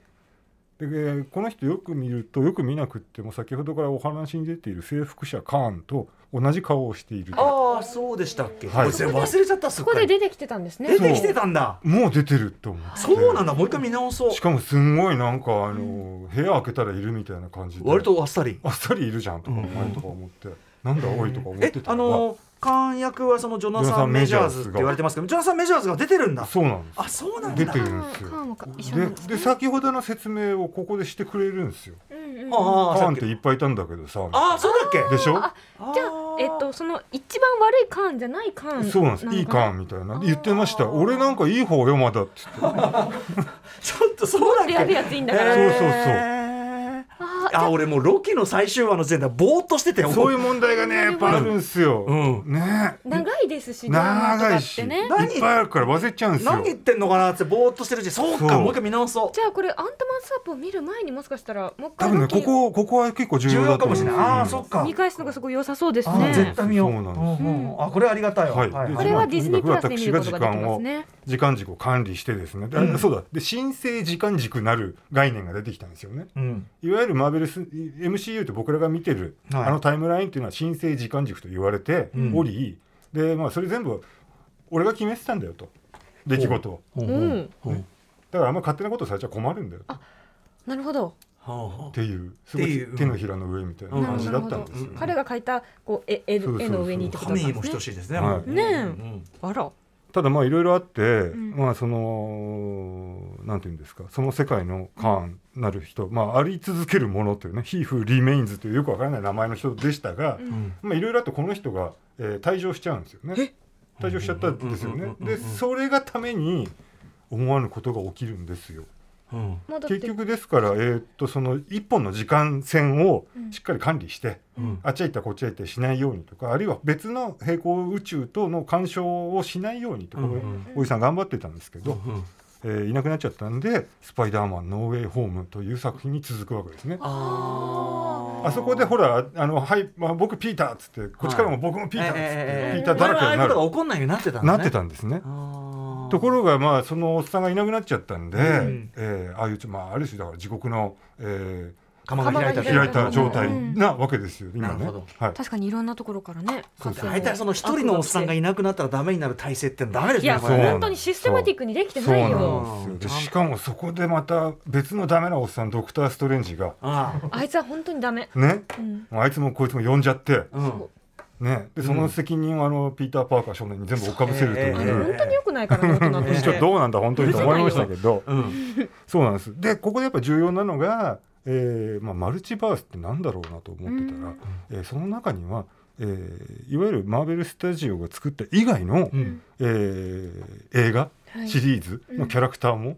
[SPEAKER 4] でえーこの人よく見るとよく見なくっても先ほどからお話に出ている征服者カーンと同じ顔をしていると
[SPEAKER 2] ああそうでしたっけ、
[SPEAKER 4] はい
[SPEAKER 2] これ忘れちゃったすっ
[SPEAKER 3] ここ
[SPEAKER 2] か
[SPEAKER 3] で
[SPEAKER 2] り
[SPEAKER 3] 出てきてたんですね
[SPEAKER 2] 出てきてたんだ
[SPEAKER 4] もう出てると思って
[SPEAKER 2] そうなんだもう一回見直そう
[SPEAKER 4] しかもすんごいなんかあの部屋開けたらいるみたいな感じで
[SPEAKER 2] 割とあっさり
[SPEAKER 4] あっさりいるじゃんとかお前とか思ってなんだ多いとか思っ
[SPEAKER 2] え
[SPEAKER 4] てた
[SPEAKER 2] あ
[SPEAKER 4] のが
[SPEAKER 2] のー監役はそのジョナサン・メジャーズって言われてますけどジョナサン・メジャーズが出てるんだ
[SPEAKER 4] そうなんです
[SPEAKER 2] あそうなんだ
[SPEAKER 4] 出てるんです
[SPEAKER 3] カーンもか一緒な
[SPEAKER 4] よ
[SPEAKER 3] んです
[SPEAKER 4] でで先ほどの説明をここでしてくれるんですよ
[SPEAKER 2] あ
[SPEAKER 4] カ
[SPEAKER 2] あ
[SPEAKER 4] ー
[SPEAKER 2] さっ
[SPEAKER 4] ンっ
[SPEAKER 2] き
[SPEAKER 4] ていっぱいいたんだけどさ
[SPEAKER 2] ああそうだっけ
[SPEAKER 4] でしょ
[SPEAKER 3] じゃあ、えっと、その一番悪いカーンじゃないカーン
[SPEAKER 4] そうなんですいいカーンみたいな言ってました俺なんかいい方よまだっつって
[SPEAKER 2] ちょっとそうだっけ
[SPEAKER 3] やるやついいんだから
[SPEAKER 4] そうそうそう
[SPEAKER 2] へーあ俺もうロキの最終話の前でぼーっとしてて
[SPEAKER 4] そういう問題がねやっぱあるんですよ、
[SPEAKER 2] うん
[SPEAKER 4] ね
[SPEAKER 3] 長いですしドラマと
[SPEAKER 4] 長
[SPEAKER 3] か
[SPEAKER 4] い
[SPEAKER 3] っ
[SPEAKER 4] してい
[SPEAKER 3] ね
[SPEAKER 2] 何
[SPEAKER 4] っぱいあるから忘れちゃうんですよ
[SPEAKER 2] 何言ってんのかなってぼーっとしてるしそう
[SPEAKER 4] そ
[SPEAKER 2] か
[SPEAKER 4] う
[SPEAKER 2] もう一回見直そう
[SPEAKER 3] じゃあこれアントマンスープを見る前にもしかしたらもう一
[SPEAKER 4] 多
[SPEAKER 3] 回
[SPEAKER 4] 分ね
[SPEAKER 3] ロキ
[SPEAKER 4] ここここは結構重
[SPEAKER 2] 重
[SPEAKER 4] 要
[SPEAKER 2] 要
[SPEAKER 4] だ
[SPEAKER 2] か
[SPEAKER 4] と
[SPEAKER 2] も
[SPEAKER 4] 思う
[SPEAKER 2] しれないああそっか
[SPEAKER 5] 見返すのがすごい良さそうです
[SPEAKER 2] あー
[SPEAKER 5] ね。
[SPEAKER 2] 絶対見よう
[SPEAKER 4] そうなんです
[SPEAKER 2] んうんあこれありがたいわ
[SPEAKER 4] はい、
[SPEAKER 2] はい
[SPEAKER 4] で
[SPEAKER 3] これはディズニープラスで見ること
[SPEAKER 4] 私
[SPEAKER 3] が
[SPEAKER 4] が
[SPEAKER 3] でき
[SPEAKER 4] 時間
[SPEAKER 3] ます
[SPEAKER 4] を
[SPEAKER 3] ね
[SPEAKER 4] 時間軸を管理してですね、で
[SPEAKER 2] うん
[SPEAKER 4] そうだで申請時間軸なる概念が出てきたんですよね
[SPEAKER 2] うん
[SPEAKER 4] いわゆるマーベルス MCU って僕らが見てる、
[SPEAKER 2] はい
[SPEAKER 4] あのタイムラインっていうのは申請時間軸と言われて
[SPEAKER 2] うん
[SPEAKER 4] おり、でまあそれ全部俺が決めてたんだよと出来事を
[SPEAKER 2] ほう
[SPEAKER 3] うん
[SPEAKER 2] ほうほう
[SPEAKER 4] だからあんま勝手なことされちゃ困るんだよ
[SPEAKER 3] なるほど
[SPEAKER 2] ほ
[SPEAKER 4] っ
[SPEAKER 2] う
[SPEAKER 4] ていうすご
[SPEAKER 2] って
[SPEAKER 4] い
[SPEAKER 2] いう
[SPEAKER 4] 手のひらの上みたいな感じだったんですよ、
[SPEAKER 2] うん
[SPEAKER 3] 彼が描いたこう絵絵絵
[SPEAKER 4] そうそうそう
[SPEAKER 3] の上にってことだった
[SPEAKER 2] 神
[SPEAKER 3] ん
[SPEAKER 2] も
[SPEAKER 3] です
[SPEAKER 2] 等
[SPEAKER 3] ね
[SPEAKER 2] しいですね
[SPEAKER 4] はい
[SPEAKER 2] うん
[SPEAKER 3] ねえ
[SPEAKER 2] うん
[SPEAKER 3] あら
[SPEAKER 4] ただまあいろいろあって、
[SPEAKER 3] ん
[SPEAKER 4] まあそのなんていうんですかその世界のカーンなる人、まああり続けるものというね「ヒーフ・リメインズ」というよくわからない名前の人でしたが、
[SPEAKER 2] ん
[SPEAKER 4] まあいろいろあってこの人が、えー退場しちゃうんですよね退場しちゃったんですよねでそれがために思わぬことが起きるんですよ
[SPEAKER 2] うん
[SPEAKER 3] まあだって
[SPEAKER 4] 結局ですから、えーっとその一本の時間線をしっかり管理して、
[SPEAKER 2] うん
[SPEAKER 4] あっちへ行ったこっちへ行ってしないようにとかあるいは別の平行宇宙との干渉をしないようにとか、
[SPEAKER 2] うんうん
[SPEAKER 4] おじさん頑張ってたんですけど、
[SPEAKER 2] うん
[SPEAKER 4] えーいなくなっちゃったんで「スパイダーマンノーウェイホーム」という作品に続くわけですね。
[SPEAKER 2] あー
[SPEAKER 4] あそこでほらあの、はいまあ、僕ピーターっつってこっちからも僕もピーターっつって、
[SPEAKER 2] ええええええ
[SPEAKER 4] ピーターだらけ
[SPEAKER 2] 前はああい
[SPEAKER 4] に
[SPEAKER 2] うこ
[SPEAKER 4] なる
[SPEAKER 2] とが起こんないようになってたんだね
[SPEAKER 4] なってたんですね。
[SPEAKER 2] あー
[SPEAKER 4] ところがまあそのおっさんがいなくなっちゃったんで、
[SPEAKER 2] ん
[SPEAKER 4] えーああいうちょ、まあ、ある種だから地獄の、え
[SPEAKER 2] 釜が開いた
[SPEAKER 4] ー
[SPEAKER 2] というか
[SPEAKER 4] 開いた状態なわけですよ、今
[SPEAKER 2] な
[SPEAKER 4] ね
[SPEAKER 2] るほど。
[SPEAKER 4] はい
[SPEAKER 3] 確かにいろんなところからね
[SPEAKER 4] そうそう
[SPEAKER 2] 大体その一人のおっさんがいなくなったらダメになる体制ってダメです
[SPEAKER 3] い
[SPEAKER 2] ね
[SPEAKER 3] や
[SPEAKER 2] こ
[SPEAKER 4] う
[SPEAKER 2] れ
[SPEAKER 4] なん
[SPEAKER 2] ね
[SPEAKER 3] 本当にシステマティックにできて
[SPEAKER 4] そう
[SPEAKER 3] ないよ
[SPEAKER 4] なんですよで
[SPEAKER 2] ちゃんと
[SPEAKER 4] しかもそこでまた別のダメなおっさんドクター・ストレンジが
[SPEAKER 2] あ
[SPEAKER 3] あいつは本当にダメ
[SPEAKER 4] ね、
[SPEAKER 3] うん
[SPEAKER 4] もうあいつもこいつも呼んじゃって、
[SPEAKER 2] あうん
[SPEAKER 4] ね、でその責任をあのピーター・パーカー少年に全部追っかぶせるとい
[SPEAKER 2] え
[SPEAKER 4] う
[SPEAKER 3] あ
[SPEAKER 2] え
[SPEAKER 3] れ
[SPEAKER 4] ね。
[SPEAKER 3] 本当に良くないからね大人とし
[SPEAKER 4] ちょ
[SPEAKER 3] て
[SPEAKER 4] っとどうなんだ本当にと思いましたけど
[SPEAKER 2] うん
[SPEAKER 4] そうなんですでここでやっぱ重要なのが、えーまあ、マルチバースってなんだろうなと思ってたら、えーその中には、えーいわゆるマーベル・スタジオが作った以外の、
[SPEAKER 2] うん
[SPEAKER 4] えー映画、
[SPEAKER 3] はい
[SPEAKER 4] シリーズのキャラクターも、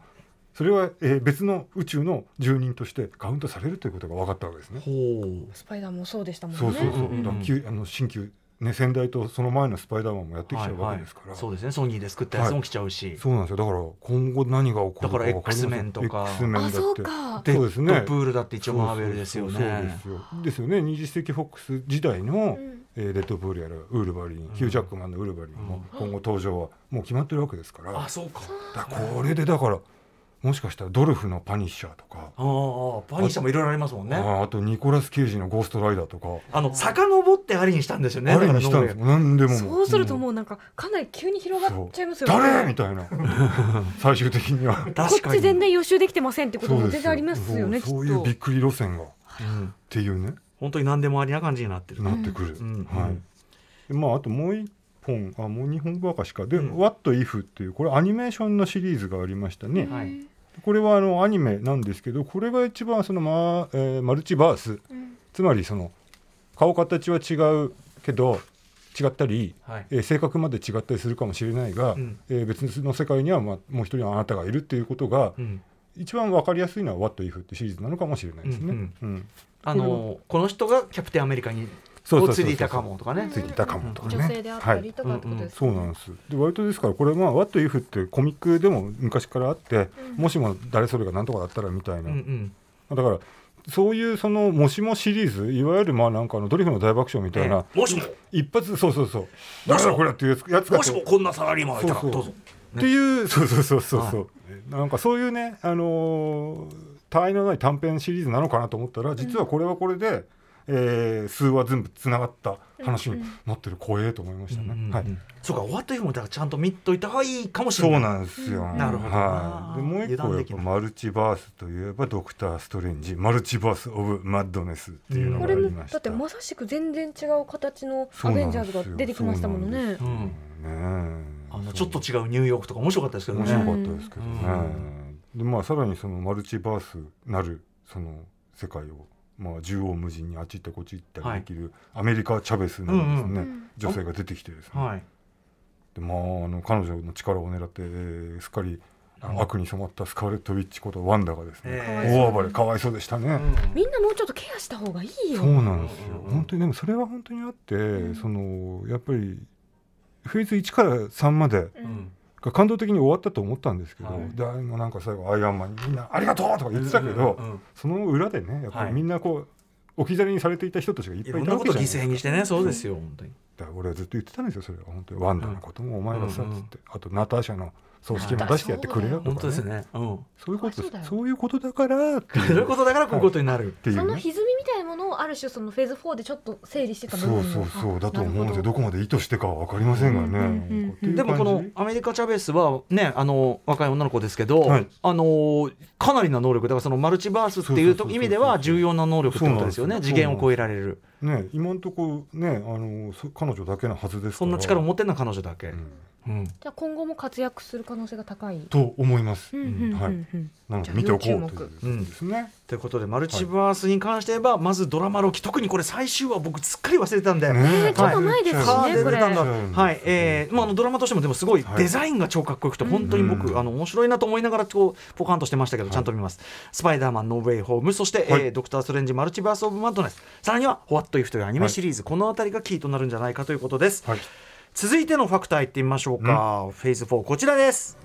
[SPEAKER 4] それは、えー別の宇宙の住人としてカウントされるということが分かったわけですね。
[SPEAKER 2] ほ
[SPEAKER 3] スパイダーもそうでしたもんね
[SPEAKER 4] そうそうそう、
[SPEAKER 2] うん
[SPEAKER 4] だから旧あの新旧、ね、先代とその前のスパイダーマンもやってきちゃうわけですから、
[SPEAKER 2] そうですねソニーで作ったやつも来ちゃうし、
[SPEAKER 4] そうなんですよだから今後何が起こるか分かりま
[SPEAKER 2] X
[SPEAKER 4] せん
[SPEAKER 2] メンとか
[SPEAKER 4] X メ
[SPEAKER 3] あ
[SPEAKER 4] ンだって
[SPEAKER 3] そうか
[SPEAKER 4] そうですね
[SPEAKER 2] デッドプールだって一応マーベルですよ
[SPEAKER 4] そうそうそう
[SPEAKER 2] ね
[SPEAKER 4] そうですよですよね二次世紀フォックス時代の、
[SPEAKER 3] うん
[SPEAKER 4] えーレッドブールやらウルバリン、ヒュージャックマンのウルバリンも今後登場はもう決まってるわけですから,、
[SPEAKER 2] あそうか
[SPEAKER 4] だからこれでだからもしかしたらドルフのパニッシャーとか、
[SPEAKER 2] ああパニッシャーもいろいろありますもんねあ
[SPEAKER 4] ああとニコラス・ケイジのゴーストライダーとか、
[SPEAKER 2] の遡ってありにしたんですよね
[SPEAKER 4] あれにしたんですもん何でもも
[SPEAKER 3] そうするともうなんかかなり急に広がっちゃいますよね
[SPEAKER 4] 誰みた いな最終的には
[SPEAKER 2] だから
[SPEAKER 3] こ
[SPEAKER 2] 確
[SPEAKER 3] っ
[SPEAKER 2] か
[SPEAKER 3] ち全
[SPEAKER 2] に
[SPEAKER 3] 然予習できてませんってこと
[SPEAKER 4] そう
[SPEAKER 3] も
[SPEAKER 4] で
[SPEAKER 3] 全
[SPEAKER 4] す
[SPEAKER 3] 然ありますよねきっ
[SPEAKER 4] そ
[SPEAKER 3] と
[SPEAKER 4] うそういうびっくり路線がっ
[SPEAKER 2] うん
[SPEAKER 4] ていうね
[SPEAKER 2] 本当に何でもありな感じになってる
[SPEAKER 4] なってくる、
[SPEAKER 2] うん
[SPEAKER 4] はいでまああともう一本あもう二本ばかしかで「
[SPEAKER 2] うん
[SPEAKER 4] What If」っていうこれアニメーションのシリーズがありましたね、
[SPEAKER 2] はい
[SPEAKER 4] これはあのアニメなんですけどこれが一番そのマ,、えーマルチバース、つまりその顔形は違うけど違ったり、
[SPEAKER 2] はい
[SPEAKER 4] えー性格まで違ったりするかもしれないが、
[SPEAKER 2] うん
[SPEAKER 4] えー別の世界には、まあ、もう一人のあなたがいるっていうことが、
[SPEAKER 2] うん
[SPEAKER 4] 一番わかりやすいのは「What If」ってシリーズなのかもしれないですね。
[SPEAKER 2] うん
[SPEAKER 4] うん
[SPEAKER 2] あのこの人がキャプテンアメリカに
[SPEAKER 4] そう
[SPEAKER 2] を
[SPEAKER 4] そうそうそう
[SPEAKER 2] 釣りいたかもとかね
[SPEAKER 4] ついていたかもとかね。
[SPEAKER 3] 女性であった
[SPEAKER 4] は
[SPEAKER 3] り
[SPEAKER 4] い
[SPEAKER 3] とかってことです
[SPEAKER 4] そうなんですで割とですからこれまあ「What if」ってコミックでも昔からあって、もしも誰それが何とかだったらみたいな、
[SPEAKER 2] うん
[SPEAKER 4] だからそういうそのもしもシリーズいわゆるまあなんかあのドリフの大爆笑みたいな、
[SPEAKER 2] ええもしも
[SPEAKER 4] 一発そうそうそう誰だこれっていうやつやつが
[SPEAKER 2] もしもこんなサラリーマンがいたら
[SPEAKER 4] そうそ
[SPEAKER 2] ど
[SPEAKER 4] う
[SPEAKER 2] うぞ
[SPEAKER 4] っていう、そうそうそうそうそう、なんかそういうね、あのー、他愛のない短編シリーズなのかなと思ったら実はこれはこれで、えー数話全部つながった話になってる怖えと思いましたね、はい、
[SPEAKER 2] そうか終わった日もだからちゃんと見といた方がいいかもし
[SPEAKER 4] そ
[SPEAKER 2] れな
[SPEAKER 4] う
[SPEAKER 2] い
[SPEAKER 4] なんですよ、
[SPEAKER 2] なるほどな
[SPEAKER 4] はい、でもう一
[SPEAKER 2] 油断
[SPEAKER 4] 個や
[SPEAKER 2] で
[SPEAKER 4] っ
[SPEAKER 2] き
[SPEAKER 4] ぱ
[SPEAKER 2] ない
[SPEAKER 4] マルチバースといえば「ドクター・ストレンジ」「マルチバース・オブ・マッドネス」っていうの
[SPEAKER 3] こ
[SPEAKER 4] があ
[SPEAKER 3] れ
[SPEAKER 4] り
[SPEAKER 3] も
[SPEAKER 4] まし
[SPEAKER 3] だ
[SPEAKER 4] た、
[SPEAKER 3] ってまさしく全然違う形の
[SPEAKER 4] そ
[SPEAKER 3] ア
[SPEAKER 4] う
[SPEAKER 3] ベ
[SPEAKER 4] なん
[SPEAKER 3] ン
[SPEAKER 4] です
[SPEAKER 3] ジャ
[SPEAKER 4] よ
[SPEAKER 3] ーズが出てきましたもの
[SPEAKER 4] そうなん
[SPEAKER 3] ね
[SPEAKER 4] で。
[SPEAKER 2] うん
[SPEAKER 4] ねえ
[SPEAKER 2] あのちょっと違うニューヨークとか面白かったですけど
[SPEAKER 4] 面
[SPEAKER 2] ね
[SPEAKER 4] 白かったですけどね、
[SPEAKER 2] う
[SPEAKER 4] でまあさらにそのマルチバースなるその世界をまあ縦横無尽にあっち行ったこっち行ったりできるアメリカ・チャベスのですね、
[SPEAKER 2] うん
[SPEAKER 3] うん
[SPEAKER 4] 女性が出てきてですね、
[SPEAKER 2] はい
[SPEAKER 4] でまああの彼女の力を狙って、えーすっかりあの悪に染まったスカーレット・ウィッチことワンダがですね、
[SPEAKER 2] え
[SPEAKER 4] 大暴れかわいそうでしたね、
[SPEAKER 3] みんなもうちょっとケアした方がいい
[SPEAKER 4] そう
[SPEAKER 3] よ。
[SPEAKER 4] なんですよ本当にでもそれは本当にあって、そのやっぱりフェーズ1から3まで、
[SPEAKER 2] うんうん
[SPEAKER 4] が感動的に終わったと思ったんですけど、
[SPEAKER 2] はい
[SPEAKER 4] 誰もなんか最後アイアンマンにみんな「ありがとう!」とか言ってたけど、
[SPEAKER 2] うんうんうん
[SPEAKER 4] その裏でねやっぱ
[SPEAKER 2] は
[SPEAKER 4] り
[SPEAKER 2] い
[SPEAKER 4] みんなこう置き去りにされていた人たちがいっ
[SPEAKER 2] い
[SPEAKER 4] ぱ
[SPEAKER 2] ろ
[SPEAKER 4] いい
[SPEAKER 2] ん
[SPEAKER 4] た
[SPEAKER 2] な
[SPEAKER 4] わ
[SPEAKER 2] こ
[SPEAKER 4] けじ
[SPEAKER 2] と
[SPEAKER 4] ゃ
[SPEAKER 2] 犠
[SPEAKER 4] ない
[SPEAKER 2] 牲に
[SPEAKER 4] ですか
[SPEAKER 2] してねそうですよ本当に
[SPEAKER 4] だから俺はずっと言ってたんですよそれは本当にワンダのこともお前がさ、
[SPEAKER 2] うんうん
[SPEAKER 4] つってあとナターシャの葬式も出してやってくれよと
[SPEAKER 2] 本
[SPEAKER 4] か、
[SPEAKER 2] 当で
[SPEAKER 4] ね
[SPEAKER 2] すねうん
[SPEAKER 4] そういうことです
[SPEAKER 3] かわいそうだよ
[SPEAKER 4] そういうことだからっていう
[SPEAKER 2] そういうことだからこういうことになる
[SPEAKER 4] ってい
[SPEAKER 3] そうの
[SPEAKER 4] ね
[SPEAKER 3] 歪みみたいなものをある種そのフェーズ4でちょっと整理してた部
[SPEAKER 4] そう
[SPEAKER 3] 分
[SPEAKER 4] そ
[SPEAKER 3] も
[SPEAKER 4] うそうだと思うんですよ
[SPEAKER 3] あなる
[SPEAKER 4] どこまで意図してかは分かりませんがね、
[SPEAKER 3] うんうんうん
[SPEAKER 4] っていう
[SPEAKER 2] でもこの
[SPEAKER 4] 感じ
[SPEAKER 2] アメリカ・チャベスはねあの若い女の子ですけど、
[SPEAKER 4] はい
[SPEAKER 2] あのかなりな能力だからそのマルチバースっていう
[SPEAKER 4] そうそうそう
[SPEAKER 2] と
[SPEAKER 4] そう
[SPEAKER 2] 意味では重要な能力ってことですよ
[SPEAKER 4] そうなん
[SPEAKER 2] ね
[SPEAKER 4] ですよ
[SPEAKER 2] 次元を超えられる
[SPEAKER 4] ね今んとこねあのそ彼女だけなはずですから
[SPEAKER 2] そんな力を持ってんのは彼女だけ、
[SPEAKER 4] う
[SPEAKER 2] う
[SPEAKER 4] ん
[SPEAKER 2] ん
[SPEAKER 3] ほどじゃあ今後も活躍する可能性が高い。
[SPEAKER 4] と思います、
[SPEAKER 3] うんうんうんうん
[SPEAKER 4] はいなので見ておこうということですね。
[SPEAKER 2] ということでマルチバースに関して言えば、まずドラマロキ特にこれ最終話僕すっかり忘れてたんで、
[SPEAKER 4] ね
[SPEAKER 2] ちょっと
[SPEAKER 3] 前ですね
[SPEAKER 2] カー
[SPEAKER 3] こ
[SPEAKER 2] デ
[SPEAKER 3] れ
[SPEAKER 2] ルタンダ
[SPEAKER 4] そう
[SPEAKER 2] ーはいえーまあ、あのドラマとしてもでもすごい
[SPEAKER 4] はい
[SPEAKER 2] デザインが超かっこよくて、本当に僕、
[SPEAKER 4] うん
[SPEAKER 2] あの面白いなと思いながらこうポカンとしてましたけど、ちゃんと見ます「スパイダーマンノーウェイホーム」そして、
[SPEAKER 4] はい
[SPEAKER 2] えードクター・ストレンジ・マルチバース・オブ・マッドネス」さらには「ホワット・イフ」というアニメシリーズ、この辺りがキーとなるんじゃないかということです、
[SPEAKER 4] はい
[SPEAKER 2] 続いてのファクターいってみましょうか、フェーズ4こちらです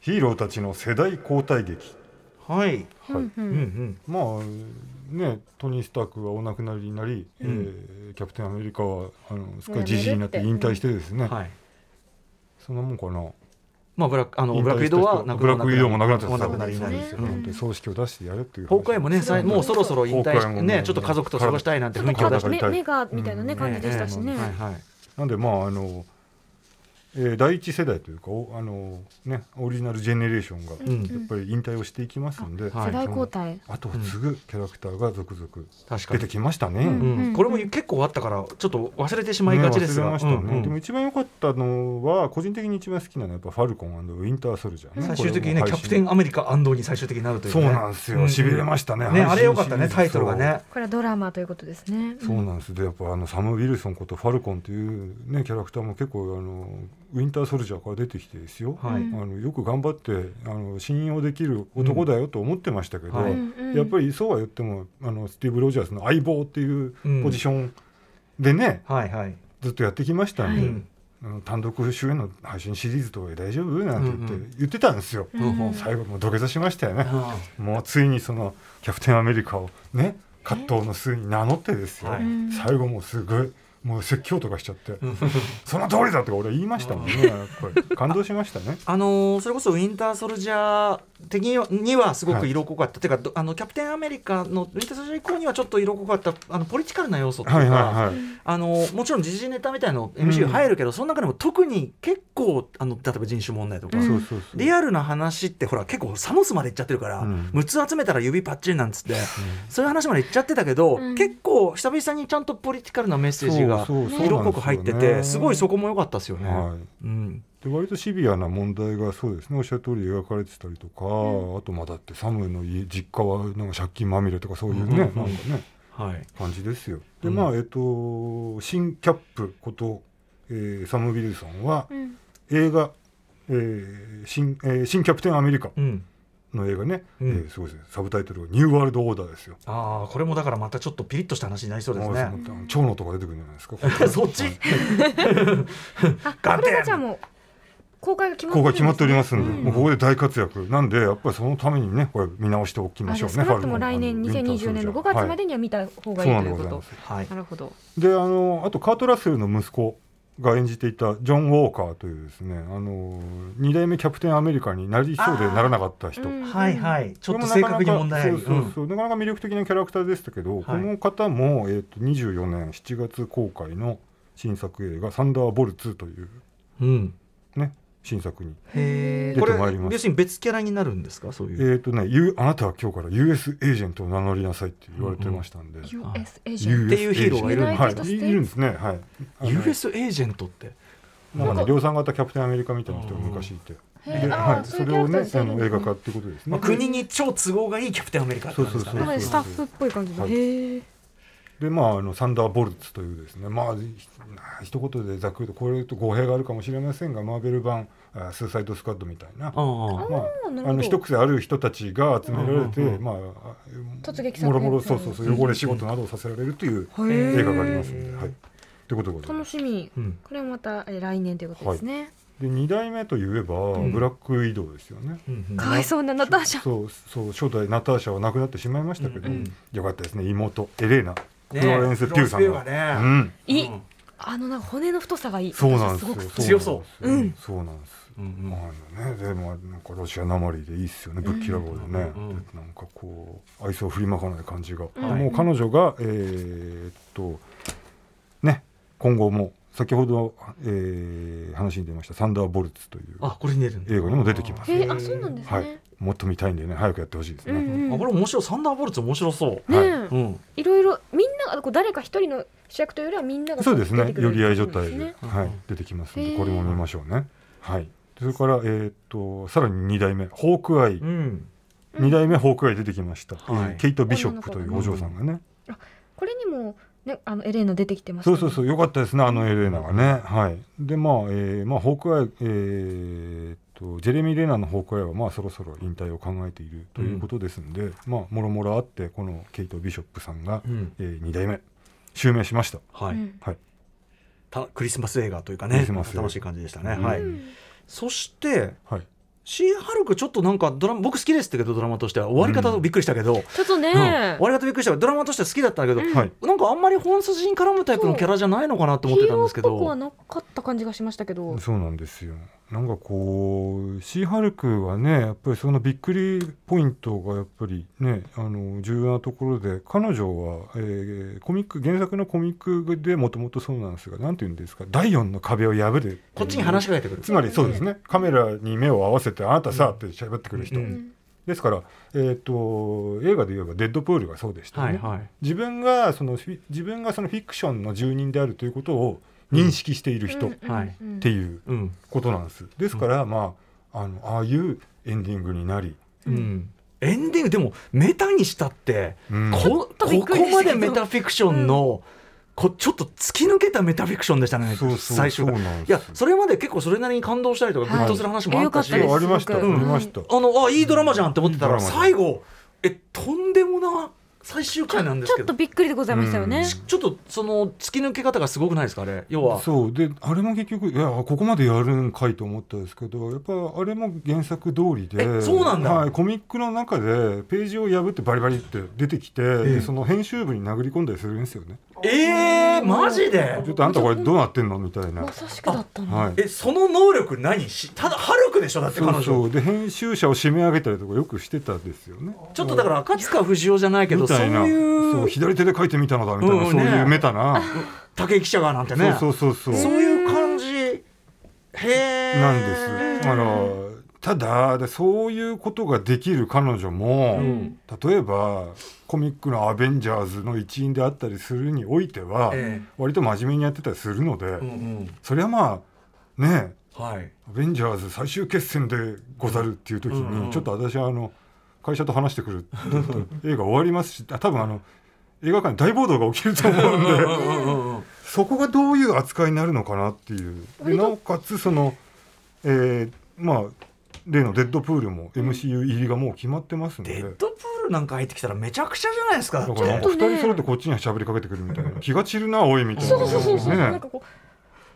[SPEAKER 4] ヒーローたちの世代交代劇。
[SPEAKER 2] はい、
[SPEAKER 4] はい
[SPEAKER 2] うんうん、
[SPEAKER 4] まあねトニー・スタークはお亡くなりになり、えーキャプテンアメリカはあのすっかりじじいになって引退してですね、
[SPEAKER 2] はい
[SPEAKER 4] そんなもんかな
[SPEAKER 2] まあブラックあの
[SPEAKER 4] 引
[SPEAKER 2] ブラック
[SPEAKER 4] 退
[SPEAKER 2] ウ
[SPEAKER 4] し
[SPEAKER 2] ィドウ
[SPEAKER 4] た
[SPEAKER 2] は
[SPEAKER 4] 人
[SPEAKER 2] 亡く
[SPEAKER 4] ブラックウィドウもなくなっちゃ
[SPEAKER 2] お
[SPEAKER 4] った
[SPEAKER 2] 亡くなりになり
[SPEAKER 4] そうですよね本当に葬式を出してやれっていう話
[SPEAKER 2] 崩壊もね、さいもうそろそろ引退し
[SPEAKER 4] 崩壊も
[SPEAKER 2] て
[SPEAKER 4] ね
[SPEAKER 2] ね、ちょっと家族と過ごしたいなんて
[SPEAKER 3] ちょ
[SPEAKER 2] 雰
[SPEAKER 3] っ
[SPEAKER 2] 囲
[SPEAKER 3] と
[SPEAKER 2] 気を出
[SPEAKER 3] た
[SPEAKER 2] して
[SPEAKER 3] だ
[SPEAKER 4] 体
[SPEAKER 3] 目目がみたいなね感じでしたしね。
[SPEAKER 2] はいはい。
[SPEAKER 4] なんでまああの、えー第一世代というかおあの、ね、オリジナルジェネレーションが
[SPEAKER 2] ん
[SPEAKER 4] やっぱり引退をしていきますので、
[SPEAKER 2] はい
[SPEAKER 3] 世代交代。
[SPEAKER 4] あとを継ぐキャラクターが続々
[SPEAKER 2] 確か
[SPEAKER 4] 出
[SPEAKER 2] に
[SPEAKER 4] てきましたね。
[SPEAKER 2] うんこれも結構あったから、ちょっと忘れてしまいがちです
[SPEAKER 4] ね忘れ
[SPEAKER 2] が。
[SPEAKER 4] ましたね
[SPEAKER 2] うんうん
[SPEAKER 4] でも一番良かったのは個人的に一番好きなのはやっぱファルコンウィンターソルジャーね、
[SPEAKER 2] 最終的にね、
[SPEAKER 4] こ
[SPEAKER 2] キ
[SPEAKER 4] れ
[SPEAKER 2] ャ
[SPEAKER 4] も配信
[SPEAKER 2] プテンアメリカ安藤に最終的になるという
[SPEAKER 4] そう
[SPEAKER 2] ね。
[SPEAKER 4] なんですよしびれましたね
[SPEAKER 2] ね、
[SPEAKER 4] 配信
[SPEAKER 2] あれよかったね、
[SPEAKER 4] シリーズ
[SPEAKER 2] タイトルがね。
[SPEAKER 3] これはドラマということですね。
[SPEAKER 4] そうなんですでやっぱあのサム・ウィルソンことファルコンという、ね、キャラクターも結構あのウィンターソルジャーから出てきてですよ、
[SPEAKER 2] はい
[SPEAKER 4] あのよく頑張ってあの信用できる男だよと思ってましたけど、
[SPEAKER 2] うんはい
[SPEAKER 4] やっぱりそうは言ってもあのスティーブ・ロジャースの相棒っていうポジションでね、
[SPEAKER 2] はいはい。
[SPEAKER 4] ずっとやってきましたんで、
[SPEAKER 2] うん
[SPEAKER 4] あの単独主演の配信シリーズとかで大丈夫なんて言って,、
[SPEAKER 2] うんうん
[SPEAKER 4] 言ってたんですよ、
[SPEAKER 2] うん
[SPEAKER 4] 最後もう土下座しましたよね、
[SPEAKER 2] は
[SPEAKER 4] もうついにそのキャプテンアメリカをね葛藤の末に名乗ってですよ、
[SPEAKER 2] はい
[SPEAKER 4] 最後もうすごいもう説教とかしちゃって「 その通りだ!」とか俺は言いましたもんねやっぱり感動しました ね。
[SPEAKER 2] あのーそれこそウィンターソルジャー的にはにはすごく色濃かった、ていうかどあのキャプテンアメリカのウィンターソルジャー以降にはちょっと色濃かったあのポリティカルな要素っていう
[SPEAKER 4] は
[SPEAKER 2] か、
[SPEAKER 4] いはいはい、
[SPEAKER 2] あのもちろん時事ネタみたいなの MC が入るけど、その中でも特に結構あの例えば人種問題とか、
[SPEAKER 4] そうそうそう
[SPEAKER 2] リアルな話ってほら結構サモスまでいっちゃってるから、
[SPEAKER 4] うん
[SPEAKER 2] 6つ集めたら指パッチリなんつって、そういう話までいっちゃってたけど、結構久々にちゃんとポリティカルなメッセージが
[SPEAKER 4] そうそうそうなんですよ
[SPEAKER 2] 色
[SPEAKER 4] ね
[SPEAKER 2] 濃く入っててすごいそこも良かったですよね。
[SPEAKER 4] はい
[SPEAKER 2] うん
[SPEAKER 4] で割とシビアな問題がそうですねおっしゃる通り描かれてたりとか、あとまあだってサムの家実家はなんか借金まみれとかそういうね、
[SPEAKER 2] うんうん
[SPEAKER 4] なん
[SPEAKER 2] うん
[SPEAKER 4] かね
[SPEAKER 2] はい
[SPEAKER 4] 感じですよ。で
[SPEAKER 2] うん
[SPEAKER 4] まあえっ、と新キャップこと、えーサム・ウィルソンは映画、えー新えー新キャプテンアメリカ
[SPEAKER 2] うん、
[SPEAKER 4] の映画ね、
[SPEAKER 2] うん
[SPEAKER 4] えーすごいですねサブタイトルが「ニューワールド・オーダー」ですよ。
[SPEAKER 2] ああこれもだからまたちょっとピリッとした話になりそうですね。
[SPEAKER 4] もう蝶野とか出てくるんじゃないですか。
[SPEAKER 2] そっち
[SPEAKER 3] あ、
[SPEAKER 2] ガ
[SPEAKER 3] こ
[SPEAKER 2] テン
[SPEAKER 3] れがじゃあもう公開が決まって
[SPEAKER 4] 公
[SPEAKER 3] る
[SPEAKER 4] 開決まっておりますんで、
[SPEAKER 3] うん
[SPEAKER 4] もうここで大活躍なんでやっぱりそのためにねこれ見直しておき
[SPEAKER 3] あ
[SPEAKER 4] まし
[SPEAKER 3] じ
[SPEAKER 4] ょ
[SPEAKER 3] ゃ
[SPEAKER 4] う
[SPEAKER 3] あ
[SPEAKER 4] ね
[SPEAKER 3] 少なくとも
[SPEAKER 4] ファルコン
[SPEAKER 3] 来年2020年の5月までには見た方がいい
[SPEAKER 4] はい
[SPEAKER 3] というこ
[SPEAKER 4] そうなんでござい
[SPEAKER 3] と
[SPEAKER 4] ます。
[SPEAKER 2] はい
[SPEAKER 3] なるほど。
[SPEAKER 4] であのあとカート・ラッセルの息子が演じていたジョン・ウォーカーというですねあの2代目キャプテンアメリカになりそうでならなかった人
[SPEAKER 3] うん
[SPEAKER 2] はいはいち
[SPEAKER 4] ち
[SPEAKER 2] ょっと正確に問題あり
[SPEAKER 4] そうそうそう、なかなか魅力的なキャラクターでしたけど、この方も、えー、と24年7月公開の新作映画「サンダーボルツ」という、
[SPEAKER 2] うんうん
[SPEAKER 4] ね、新作に、
[SPEAKER 2] へえ
[SPEAKER 4] 出
[SPEAKER 2] こ
[SPEAKER 4] て
[SPEAKER 2] れ
[SPEAKER 4] まいります
[SPEAKER 2] 要するに別キャラになるんですかそう
[SPEAKER 4] え
[SPEAKER 2] いう
[SPEAKER 4] ーとね、ゆあなたは今日から US エージェントを名乗りなさいって言われてましたんで、
[SPEAKER 3] US エージェン
[SPEAKER 4] US
[SPEAKER 2] っていうヒーローがいる
[SPEAKER 4] エジェントは
[SPEAKER 3] ユナ
[SPEAKER 4] い、
[SPEAKER 3] イテッドステーツ
[SPEAKER 4] いいるんですね、はい、あの
[SPEAKER 2] US エージェントって
[SPEAKER 4] なんかね、量産型キャプテンアメリカみたいな人が昔い
[SPEAKER 3] ト。
[SPEAKER 4] て、で
[SPEAKER 3] へー
[SPEAKER 4] は
[SPEAKER 3] あー
[SPEAKER 4] い、
[SPEAKER 3] そうい
[SPEAKER 4] そうれを
[SPEAKER 3] キャラ
[SPEAKER 4] ね
[SPEAKER 3] クタ
[SPEAKER 4] あ
[SPEAKER 3] ーに
[SPEAKER 4] の映画化っていうことですね。
[SPEAKER 2] まあ国に超都合がいいキャプテンアメリカって感じですか
[SPEAKER 4] そうそう
[SPEAKER 2] ね
[SPEAKER 4] そう
[SPEAKER 3] スタッフっぽい感じで。
[SPEAKER 4] はい
[SPEAKER 3] へえ。
[SPEAKER 4] でまああのサンダーボルツというですねまあひ一言でざっくりとこれと語弊があるかもしれませんがマーベル版あスーサイドスカッドみたいな。
[SPEAKER 2] ああ
[SPEAKER 4] まあ
[SPEAKER 3] あーなるほど
[SPEAKER 4] あの一癖ある人たちが集められて、
[SPEAKER 2] うんうんうん
[SPEAKER 4] まあ
[SPEAKER 3] 突撃作戦
[SPEAKER 4] もろもろそうそうそう汚れ仕事などをさせられるという
[SPEAKER 3] へー
[SPEAKER 4] 映画がありますので、はい、ということでございま
[SPEAKER 3] 楽
[SPEAKER 4] す。
[SPEAKER 3] しみ
[SPEAKER 2] うん。
[SPEAKER 3] これはまたえー来年ということですね。
[SPEAKER 4] で二代目といえば、
[SPEAKER 2] ん
[SPEAKER 4] ブラックウィドウですよね。
[SPEAKER 2] うんうん
[SPEAKER 3] かわいそうなナターシャ。
[SPEAKER 4] そうそう初代ナターシャは亡くなってしまいましたけど、
[SPEAKER 2] うんうん
[SPEAKER 4] よかったですね妹エレーナ、
[SPEAKER 2] ね
[SPEAKER 4] フローレンス・ピューさん
[SPEAKER 2] フローレンスピューが
[SPEAKER 4] う
[SPEAKER 2] ね
[SPEAKER 4] ん、
[SPEAKER 3] いい。あのなんか骨の太さがいい。
[SPEAKER 4] そうなんです
[SPEAKER 3] すご
[SPEAKER 4] よ
[SPEAKER 3] く。
[SPEAKER 2] 強そう
[SPEAKER 4] なんですよそうなんです
[SPEAKER 2] うんうん
[SPEAKER 4] まあねでもなんかロシアなまりでいいっすよねぶっきらぼうでね、
[SPEAKER 2] うんうん
[SPEAKER 4] でなんかこう愛想を振りまかない感じが、
[SPEAKER 2] ん
[SPEAKER 4] もう彼女がえーっとね今後も先ほど、えー話に出ました「サンダーボルツ」という
[SPEAKER 2] あこれに出るんだ
[SPEAKER 4] 映画にも出てきます
[SPEAKER 3] へえ。あそうなんです
[SPEAKER 4] はい
[SPEAKER 3] ね。、
[SPEAKER 4] もっと見たいんでね早くやってほしいですね、
[SPEAKER 3] うんうん
[SPEAKER 2] あこれ面白いサンダーボルツ面白そう
[SPEAKER 3] ね
[SPEAKER 4] はい
[SPEAKER 3] え
[SPEAKER 2] うん
[SPEAKER 3] いろいろみんながこう誰か一人の主役というよりはみんなが
[SPEAKER 4] そうです
[SPEAKER 3] 出
[SPEAKER 4] ね
[SPEAKER 3] て。くる
[SPEAKER 4] 寄り合い状態
[SPEAKER 3] です
[SPEAKER 4] で
[SPEAKER 3] ね、
[SPEAKER 4] はい、出てきますの
[SPEAKER 3] へ
[SPEAKER 4] で、
[SPEAKER 3] ー
[SPEAKER 4] これも見ましょうね。はい。それから、えーっと、さらに二代目、ホークアイ
[SPEAKER 2] う。ん
[SPEAKER 4] 二代目ホークアイ出てきました。え
[SPEAKER 2] はい
[SPEAKER 4] ーケイトビショップというお嬢さんがね。
[SPEAKER 3] これにもねあのエレーナ出てきてます
[SPEAKER 4] そうそうそうう、よかったですね、あのエレーナがね。はい。で、まあ、えーまあ、ホークアイ、えーっと、ジェレミー・レナのホークアイは、まあ、そろそろ引退を考えているということですんで。まあ、もろもろあって、このケイトビショップさんが、
[SPEAKER 2] うん
[SPEAKER 4] えー二代目。襲名しました。
[SPEAKER 2] はい、
[SPEAKER 3] ん
[SPEAKER 4] はい。
[SPEAKER 2] たクリスマス映画というか
[SPEAKER 4] ク
[SPEAKER 2] ね
[SPEAKER 4] リスマス映画
[SPEAKER 2] 楽しい感じでしたね、はいそして
[SPEAKER 4] はい。
[SPEAKER 2] シーハルクちょっとなんかドラマ僕好きですってけどドラマとしては終わり方とびっくりしたけど、
[SPEAKER 3] ちょっとね、
[SPEAKER 2] うん終わり方びっくりしたけどドラマとしては好きだったんだけど、
[SPEAKER 4] はい
[SPEAKER 2] なんかあんまり本筋に絡むタイプのキャラじゃないのかなと思っ
[SPEAKER 3] ヒ
[SPEAKER 2] て
[SPEAKER 3] ー
[SPEAKER 2] たん
[SPEAKER 3] ロ
[SPEAKER 2] です
[SPEAKER 3] ーっ
[SPEAKER 2] け
[SPEAKER 3] ぽくは
[SPEAKER 2] ど
[SPEAKER 3] なかった感じがしましたけど
[SPEAKER 4] そうなんですよなんかこうシーハルクはねやっぱりそのびっくりポイントがやっぱりねあの重要なところで彼女は、えーコミック原作のコミックでもともとそうなんですがなんて言うんですか第4の壁を破るっていう
[SPEAKER 2] こっちに話しかけてくる
[SPEAKER 4] つまりそうですねカメラに目を合わせて「あなたさ」って喋ってくる人、
[SPEAKER 2] うんうん
[SPEAKER 4] ですから、えー、と映画で言えば「デッドプール」がそうでしたよ
[SPEAKER 2] は
[SPEAKER 4] ね、
[SPEAKER 2] いはい
[SPEAKER 4] 自分がそのフィ自分がそのフィクションの住人であるということを認識している人っ
[SPEAKER 2] はい
[SPEAKER 3] うん
[SPEAKER 4] ていう。
[SPEAKER 2] うん
[SPEAKER 4] ことなんです。ですから、まああのああいうエンディングになり、
[SPEAKER 2] うんエンディングでもメタにしたって、
[SPEAKER 4] うん
[SPEAKER 2] こ
[SPEAKER 3] とびっ
[SPEAKER 2] こ
[SPEAKER 3] くり
[SPEAKER 2] こ
[SPEAKER 3] ですけど
[SPEAKER 2] までメタフィクションの、こちょっと突き抜けたメタフィクションでしたね
[SPEAKER 4] そうそう
[SPEAKER 2] 最終回
[SPEAKER 4] そうなんで
[SPEAKER 2] い
[SPEAKER 4] すよ
[SPEAKER 2] やそれまで結構それなりに感動したりとか
[SPEAKER 3] は
[SPEAKER 2] グ
[SPEAKER 3] い
[SPEAKER 2] ッとする話もあったし、
[SPEAKER 3] えよかったです
[SPEAKER 4] ありました、
[SPEAKER 3] すごく
[SPEAKER 4] ありました。
[SPEAKER 2] あのあいいドラマじゃんって思ってた
[SPEAKER 4] う
[SPEAKER 2] ら
[SPEAKER 4] ん
[SPEAKER 2] 最後えとんでもな最終回なんです
[SPEAKER 3] ちょ
[SPEAKER 2] け
[SPEAKER 3] っと
[SPEAKER 2] ど
[SPEAKER 3] びっくりでございましたよね、
[SPEAKER 2] ちょっとその突き抜け方がすごくないですかあれ要は
[SPEAKER 4] そうであれも結局いやここまでやるんかいと思ったんですけどやっぱあれも原作通りで
[SPEAKER 2] えそうなんだ
[SPEAKER 4] はい、コミックの中でページを破ってバリバリって出てきて、でその編集部に殴り込んだりするんですよね。
[SPEAKER 2] えー、マジで
[SPEAKER 4] ちょっとあんたこれどうなってんのみたいな。
[SPEAKER 3] まさしくだったの、
[SPEAKER 4] はい、
[SPEAKER 2] えその能力何しただハルクでしょだって彼女
[SPEAKER 4] そうそうで編集者を締め上げたりとかよくしてたんですよね。
[SPEAKER 2] ちょっとだから赤塚不二夫じゃないけど
[SPEAKER 4] み
[SPEAKER 2] そう
[SPEAKER 4] たいな
[SPEAKER 2] い
[SPEAKER 4] そう
[SPEAKER 2] う
[SPEAKER 4] 左手で書いてみたのだみたい
[SPEAKER 2] う
[SPEAKER 4] な、
[SPEAKER 2] んうん
[SPEAKER 4] そうい
[SPEAKER 2] ね
[SPEAKER 4] うメ タな。
[SPEAKER 2] 竹井記者がなんてね
[SPEAKER 4] そうそうそうそう
[SPEAKER 2] そういう感じへえ
[SPEAKER 4] なんです。あのただでそういうことができる彼女も、
[SPEAKER 2] うん
[SPEAKER 4] 例えばコミックの「アベンジャーズ」の一員であったりするにおいては、
[SPEAKER 2] ええ
[SPEAKER 4] 割と真面目にやってたりするので、
[SPEAKER 2] うんうん
[SPEAKER 4] そりゃまあね
[SPEAKER 2] はい
[SPEAKER 4] アベンジャーズ最終決戦でござるっていう時に、
[SPEAKER 2] うんうん
[SPEAKER 4] ちょっと私はあの会社と話してくるって 言ったら映画終わりますしあ多分あの映画館に大暴動が起きると思うんで。
[SPEAKER 2] うんうんうん
[SPEAKER 4] そこがどういう扱いになるのかなっていうでなおかつその、えーまあ例の「デッドプール」も MCU 入りがもう決まってますので
[SPEAKER 2] デッドプールなんか入ってきたらめちゃくちゃじゃないですかだ
[SPEAKER 4] だ
[SPEAKER 2] っ
[SPEAKER 4] か
[SPEAKER 2] て
[SPEAKER 4] らなんか
[SPEAKER 3] ちょっとね
[SPEAKER 4] 2人揃ってこっちに喋りかけてくるみたいな気が散るなおいみたいな
[SPEAKER 3] そうそうそうそう、
[SPEAKER 4] ね
[SPEAKER 3] なんかこう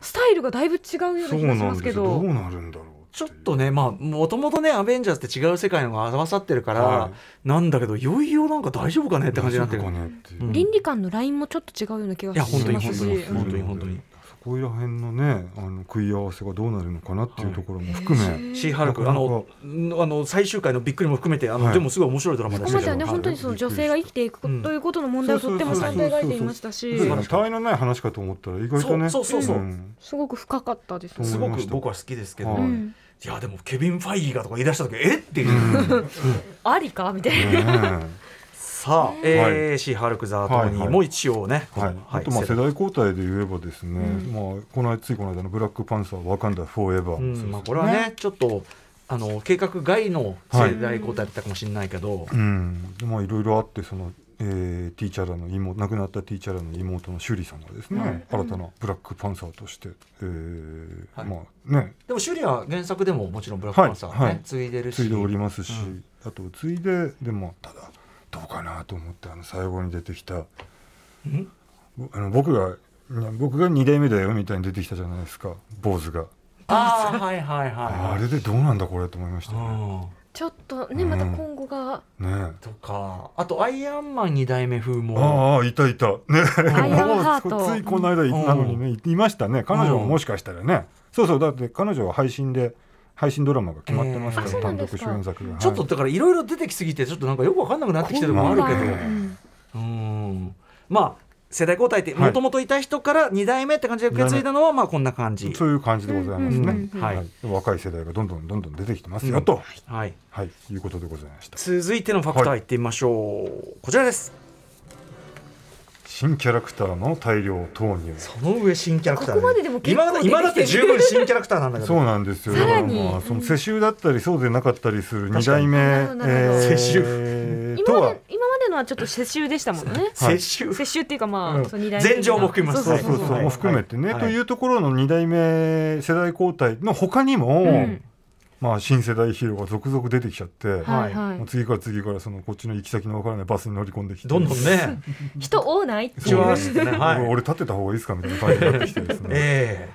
[SPEAKER 3] スタイルがだいぶ違うような
[SPEAKER 4] そう
[SPEAKER 3] 気がし
[SPEAKER 4] な
[SPEAKER 3] ま
[SPEAKER 4] ん
[SPEAKER 3] す
[SPEAKER 4] で
[SPEAKER 3] け
[SPEAKER 4] すよど
[SPEAKER 3] ど
[SPEAKER 4] うなるんだろう
[SPEAKER 2] ちょっとねまあもともとねアベンジャーズって違う世界のが合わさってるから、
[SPEAKER 4] は
[SPEAKER 2] なんだけどいよいよなんか大丈夫かねって感じになってる
[SPEAKER 4] 大丈夫かねってい
[SPEAKER 2] う
[SPEAKER 4] う
[SPEAKER 2] ん
[SPEAKER 3] 倫理観のラインもちょっと違うような気が
[SPEAKER 2] いや本
[SPEAKER 3] し
[SPEAKER 2] 当に
[SPEAKER 3] ます
[SPEAKER 2] 本
[SPEAKER 3] し
[SPEAKER 2] 当に本当に
[SPEAKER 4] うん
[SPEAKER 2] 本当に
[SPEAKER 4] そこら辺のねあの食い合わせがどうなるのかなっていうところも含め、
[SPEAKER 2] シーハルクあのあの最終回のびっくりも含めてあの、
[SPEAKER 4] はい
[SPEAKER 2] でもすごい面白いドラマで
[SPEAKER 3] こ
[SPEAKER 2] し
[SPEAKER 3] こ
[SPEAKER 2] た
[SPEAKER 3] ま
[SPEAKER 2] けど
[SPEAKER 3] ではね
[SPEAKER 2] はい
[SPEAKER 3] 本当にその女性が生きていく
[SPEAKER 2] うん
[SPEAKER 3] ということの問題をとってもちゃんと描いていましたし
[SPEAKER 4] だから他愛のない話かと思ったら意外とね
[SPEAKER 2] そうそうそうそうん
[SPEAKER 3] すごく深かったです
[SPEAKER 4] そう
[SPEAKER 2] す
[SPEAKER 3] ね。
[SPEAKER 2] ごく僕は好きですけど、、
[SPEAKER 4] はいい
[SPEAKER 3] うん
[SPEAKER 2] やでもケビン・ファイギーがとか言い出した時えっていう、
[SPEAKER 3] ありかみたいな。
[SPEAKER 4] ね
[SPEAKER 2] さあ、えーシーハルク・ザ・トニーも一応ね、
[SPEAKER 4] えはいあとまあ世代交代で言えばですね、まあ、この間ついこの間の「ブラックパンサーワカンダフォーエバー」
[SPEAKER 2] うんまあ、これはねちょっとあの計画外の世代交代だったかもしれないけど、
[SPEAKER 4] うん、でまあいろいろあってその、えー、ティーチャラの妹亡くなったティーチャラの妹のシュリーさんがですね、新たなブラックパンサーとして、えー
[SPEAKER 2] はい
[SPEAKER 4] まあね
[SPEAKER 2] でもシュリは原作でももちろんブラックパンサーね、
[SPEAKER 4] はいはい
[SPEAKER 2] 継いでるし
[SPEAKER 4] 継いでおりますし、
[SPEAKER 2] うん
[SPEAKER 4] あと継いででもただどうかなと思ってあの最後に出てきたあの僕がね僕が2代目だよみたいに出てきたじゃないですか坊主が、
[SPEAKER 2] ああはいはいは
[SPEAKER 4] あ
[SPEAKER 2] い
[SPEAKER 4] れでどうなんだこれと思いました
[SPEAKER 2] う
[SPEAKER 4] ね。
[SPEAKER 2] ん
[SPEAKER 3] ちょっとねまた今後が
[SPEAKER 4] ね
[SPEAKER 2] とかあとアイアンマン2代目風も
[SPEAKER 4] ああいたいたね
[SPEAKER 3] アイアンハート
[SPEAKER 4] もうついこの間いなのにねいましたね彼女ももしかしたらねそうそうだって彼女は配信で配信ドラマが決まってます
[SPEAKER 3] う
[SPEAKER 4] か
[SPEAKER 3] んあ
[SPEAKER 4] ら、
[SPEAKER 3] そうなん
[SPEAKER 4] 単
[SPEAKER 3] で
[SPEAKER 4] 独
[SPEAKER 3] すか
[SPEAKER 4] 主演作が、
[SPEAKER 2] ちょっと
[SPEAKER 4] はい
[SPEAKER 2] だからいろいろ出てきすぎてちょっとなんかよくわかんなくなってきてるのもあるけど
[SPEAKER 4] こんな
[SPEAKER 3] うん
[SPEAKER 2] うんまあ世代交代って
[SPEAKER 4] はい
[SPEAKER 2] もともといた人から2代目って感じで受け継いだのはまあこんな感じ、
[SPEAKER 4] そういう感じでございます
[SPEAKER 2] うんう
[SPEAKER 4] ね、
[SPEAKER 2] んうん
[SPEAKER 4] はい
[SPEAKER 2] はい
[SPEAKER 4] 若い世代がどんどんどんどん出てきてますよと、
[SPEAKER 2] はい、
[SPEAKER 4] はい、いうことでございました。
[SPEAKER 2] 続いてのファクターいってみましょう、こちらです
[SPEAKER 4] 新キャラクターの大量投入。
[SPEAKER 2] その上新キャラクターね、
[SPEAKER 3] ここまででも結構
[SPEAKER 2] 今だ今だって十分新キャラクターなんだけ
[SPEAKER 4] そう
[SPEAKER 2] ど
[SPEAKER 4] なんですよ。
[SPEAKER 3] さらに
[SPEAKER 4] だからまあその世襲だったりそうでなかったりする二代目
[SPEAKER 3] なるほどなるほど
[SPEAKER 2] 世襲
[SPEAKER 4] えー
[SPEAKER 3] 今
[SPEAKER 4] と
[SPEAKER 3] ま
[SPEAKER 4] は
[SPEAKER 3] で今までのはちょっと世襲でしたもんね。
[SPEAKER 4] はい
[SPEAKER 2] 接種
[SPEAKER 3] 世襲っていうかまあ、
[SPEAKER 2] うん
[SPEAKER 3] その二代目的な
[SPEAKER 2] 前情も含めます
[SPEAKER 3] そう
[SPEAKER 4] そ
[SPEAKER 3] そう
[SPEAKER 4] う
[SPEAKER 3] そう
[SPEAKER 4] そう、
[SPEAKER 3] そう
[SPEAKER 2] はい
[SPEAKER 4] も含めてね、
[SPEAKER 2] はい
[SPEAKER 4] というところの2代目世代交代の他にも、
[SPEAKER 3] ん
[SPEAKER 4] まあ、新世代ヒーローが続々出てきちゃって、
[SPEAKER 3] はいはい
[SPEAKER 4] もう次から次からそのこっちの行き先のわからないバスに乗り込んできて
[SPEAKER 2] どんどんね
[SPEAKER 3] 人多ないって
[SPEAKER 2] 口
[SPEAKER 3] い
[SPEAKER 2] を合
[SPEAKER 3] う
[SPEAKER 2] わせてねはい
[SPEAKER 4] 俺俺立ってた方がいいですかみたいな感じになってきてですね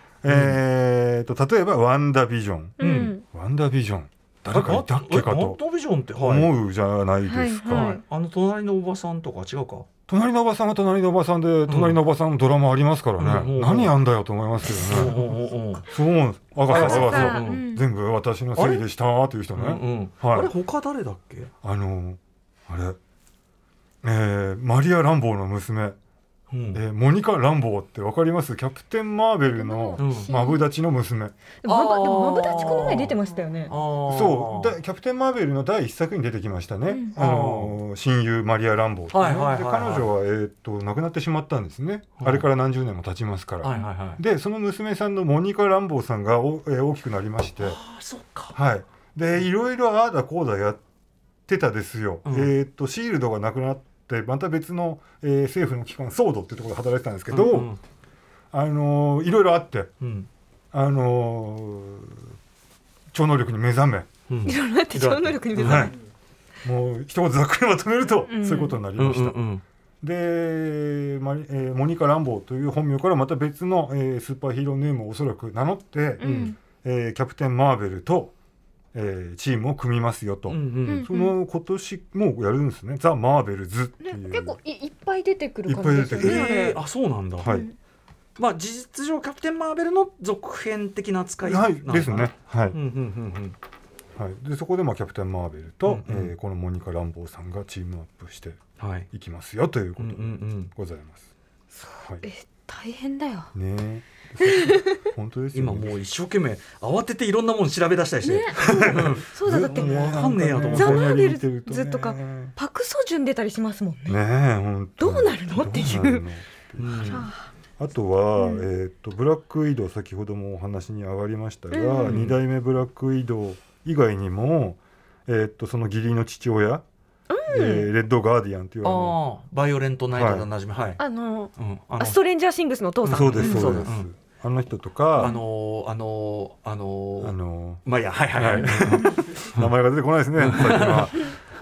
[SPEAKER 2] え
[SPEAKER 4] えーと例えば「ワンダービジョン」
[SPEAKER 3] うんん、
[SPEAKER 4] ワンダービジョン
[SPEAKER 2] え
[SPEAKER 4] 誰かいたっけか
[SPEAKER 2] えマッ
[SPEAKER 4] と
[SPEAKER 2] トビジョンってはい、
[SPEAKER 4] 思うじゃないですか、
[SPEAKER 3] はいはい
[SPEAKER 2] あの隣のおばさんとか違うか
[SPEAKER 4] 隣のおばさんは隣のおばさんで隣のおばさんのドラマありますから
[SPEAKER 2] う
[SPEAKER 4] ね、
[SPEAKER 2] ん
[SPEAKER 4] 何やんだよと思いますけ
[SPEAKER 2] う
[SPEAKER 4] ど
[SPEAKER 2] ん
[SPEAKER 4] ね、
[SPEAKER 2] うんうん
[SPEAKER 4] そうアガサア
[SPEAKER 2] アガ
[SPEAKER 4] ガ
[SPEAKER 2] サ
[SPEAKER 4] サ、
[SPEAKER 2] うん
[SPEAKER 3] うん
[SPEAKER 4] 全部私のせいでしたーという人
[SPEAKER 2] う
[SPEAKER 4] ね、
[SPEAKER 2] んうん
[SPEAKER 4] はい
[SPEAKER 2] あれ他誰だっけ
[SPEAKER 4] あのあれ、えーマリア・ランボーの娘、
[SPEAKER 2] うん
[SPEAKER 4] えーモニカ・ランボーってわかりますキャプテン・マーベルの
[SPEAKER 2] うん
[SPEAKER 4] マブダチの娘、
[SPEAKER 3] でもまぶでもまぶ
[SPEAKER 2] あー
[SPEAKER 3] たちこの前出てましたよね。
[SPEAKER 4] そう
[SPEAKER 2] だ
[SPEAKER 4] だキャプテン・マーベルの第一作に出てきましたね、
[SPEAKER 3] うん
[SPEAKER 4] あのー親友マリア・ランボーってね、
[SPEAKER 2] はいはいはいはい
[SPEAKER 4] で彼女は、えーっと亡くなってしまったんですね、
[SPEAKER 2] うん
[SPEAKER 4] あれから何十年も経ちますから、
[SPEAKER 2] はいはいはい
[SPEAKER 4] でその娘さんのモニカ・ランボーさんがお、えー大きくなりまして
[SPEAKER 2] あそっか
[SPEAKER 4] はいでいろいろああだこうだやってたですよ、
[SPEAKER 2] うん
[SPEAKER 4] えーっとシールドがなくなってまた別の、えー政府の機関ソードってところで働いてたんですけど、
[SPEAKER 2] うん
[SPEAKER 4] あのーいろいろあって
[SPEAKER 2] うん
[SPEAKER 4] あのー超能力に目覚め
[SPEAKER 2] うん
[SPEAKER 3] いろいろあって超能力に目覚
[SPEAKER 4] は
[SPEAKER 3] め
[SPEAKER 4] い、もう一言ざっくりまとめると、
[SPEAKER 3] うん
[SPEAKER 4] そういうことになり
[SPEAKER 2] うん
[SPEAKER 4] まし
[SPEAKER 2] う
[SPEAKER 4] た。
[SPEAKER 2] んうん
[SPEAKER 4] で、マリえーモニカ・ランボーという本名からまた別の、えースーパーヒーローネームをおそらく名乗って、
[SPEAKER 3] うん
[SPEAKER 4] えーキャプテン・マーベルと、えーチームを組みますよと、
[SPEAKER 2] うんうん
[SPEAKER 4] その今年もうやるんですね「ザ・マーベルズ」っていう、
[SPEAKER 3] ね、結構いいっぱい出てくる感じですよ
[SPEAKER 4] いっぱい出
[SPEAKER 3] ね。
[SPEAKER 2] えーあそうなんだ
[SPEAKER 4] はい、
[SPEAKER 2] まあ事実上キャプテン・マーベルの続編的な扱いな
[SPEAKER 4] は
[SPEAKER 2] のか
[SPEAKER 4] い、
[SPEAKER 2] な
[SPEAKER 4] ですね、はい
[SPEAKER 2] うんうんうん
[SPEAKER 4] はい、でそこでまあキャプテン・マーベルと、
[SPEAKER 2] うんうん
[SPEAKER 4] えーこのモニカ・ランボーさんがチームアップして
[SPEAKER 2] うんはい
[SPEAKER 4] いきますよという
[SPEAKER 2] う
[SPEAKER 4] こ
[SPEAKER 2] ん
[SPEAKER 4] と
[SPEAKER 2] うんう
[SPEAKER 4] で
[SPEAKER 2] ん
[SPEAKER 4] ございます。はい
[SPEAKER 3] え大変だよ。
[SPEAKER 4] ね え本当ですよね
[SPEAKER 2] 今もう一生懸命慌てていろんなもの調べ出したりして、
[SPEAKER 3] そうだだって
[SPEAKER 2] わかんねえやと思って
[SPEAKER 3] ザマーベル
[SPEAKER 4] ず
[SPEAKER 3] ズとか
[SPEAKER 4] ね
[SPEAKER 3] パクソジュン出たりしますもんね。
[SPEAKER 4] え本当に
[SPEAKER 3] どうなるのっていう
[SPEAKER 4] どなるの
[SPEAKER 2] うん
[SPEAKER 4] あとは、えー、とブラックウィドウ先ほどもお話に上がりましたが、
[SPEAKER 2] ん
[SPEAKER 4] 2代目ブラックウィドウ以外にも、えー、とその義理の父親、えーレッドガーディアンというあの
[SPEAKER 2] ああバイオレントナイトでおなじみはい、
[SPEAKER 3] あの
[SPEAKER 2] うん、あ
[SPEAKER 3] アストレンジャーシングスのお父さん。
[SPEAKER 4] そうです
[SPEAKER 2] うん
[SPEAKER 4] そうです、
[SPEAKER 2] うん
[SPEAKER 4] あの人とか
[SPEAKER 2] あのーあのーあのー
[SPEAKER 4] あの
[SPEAKER 2] まあいいやはいはいはい、
[SPEAKER 4] 名前が出てこないですね最近は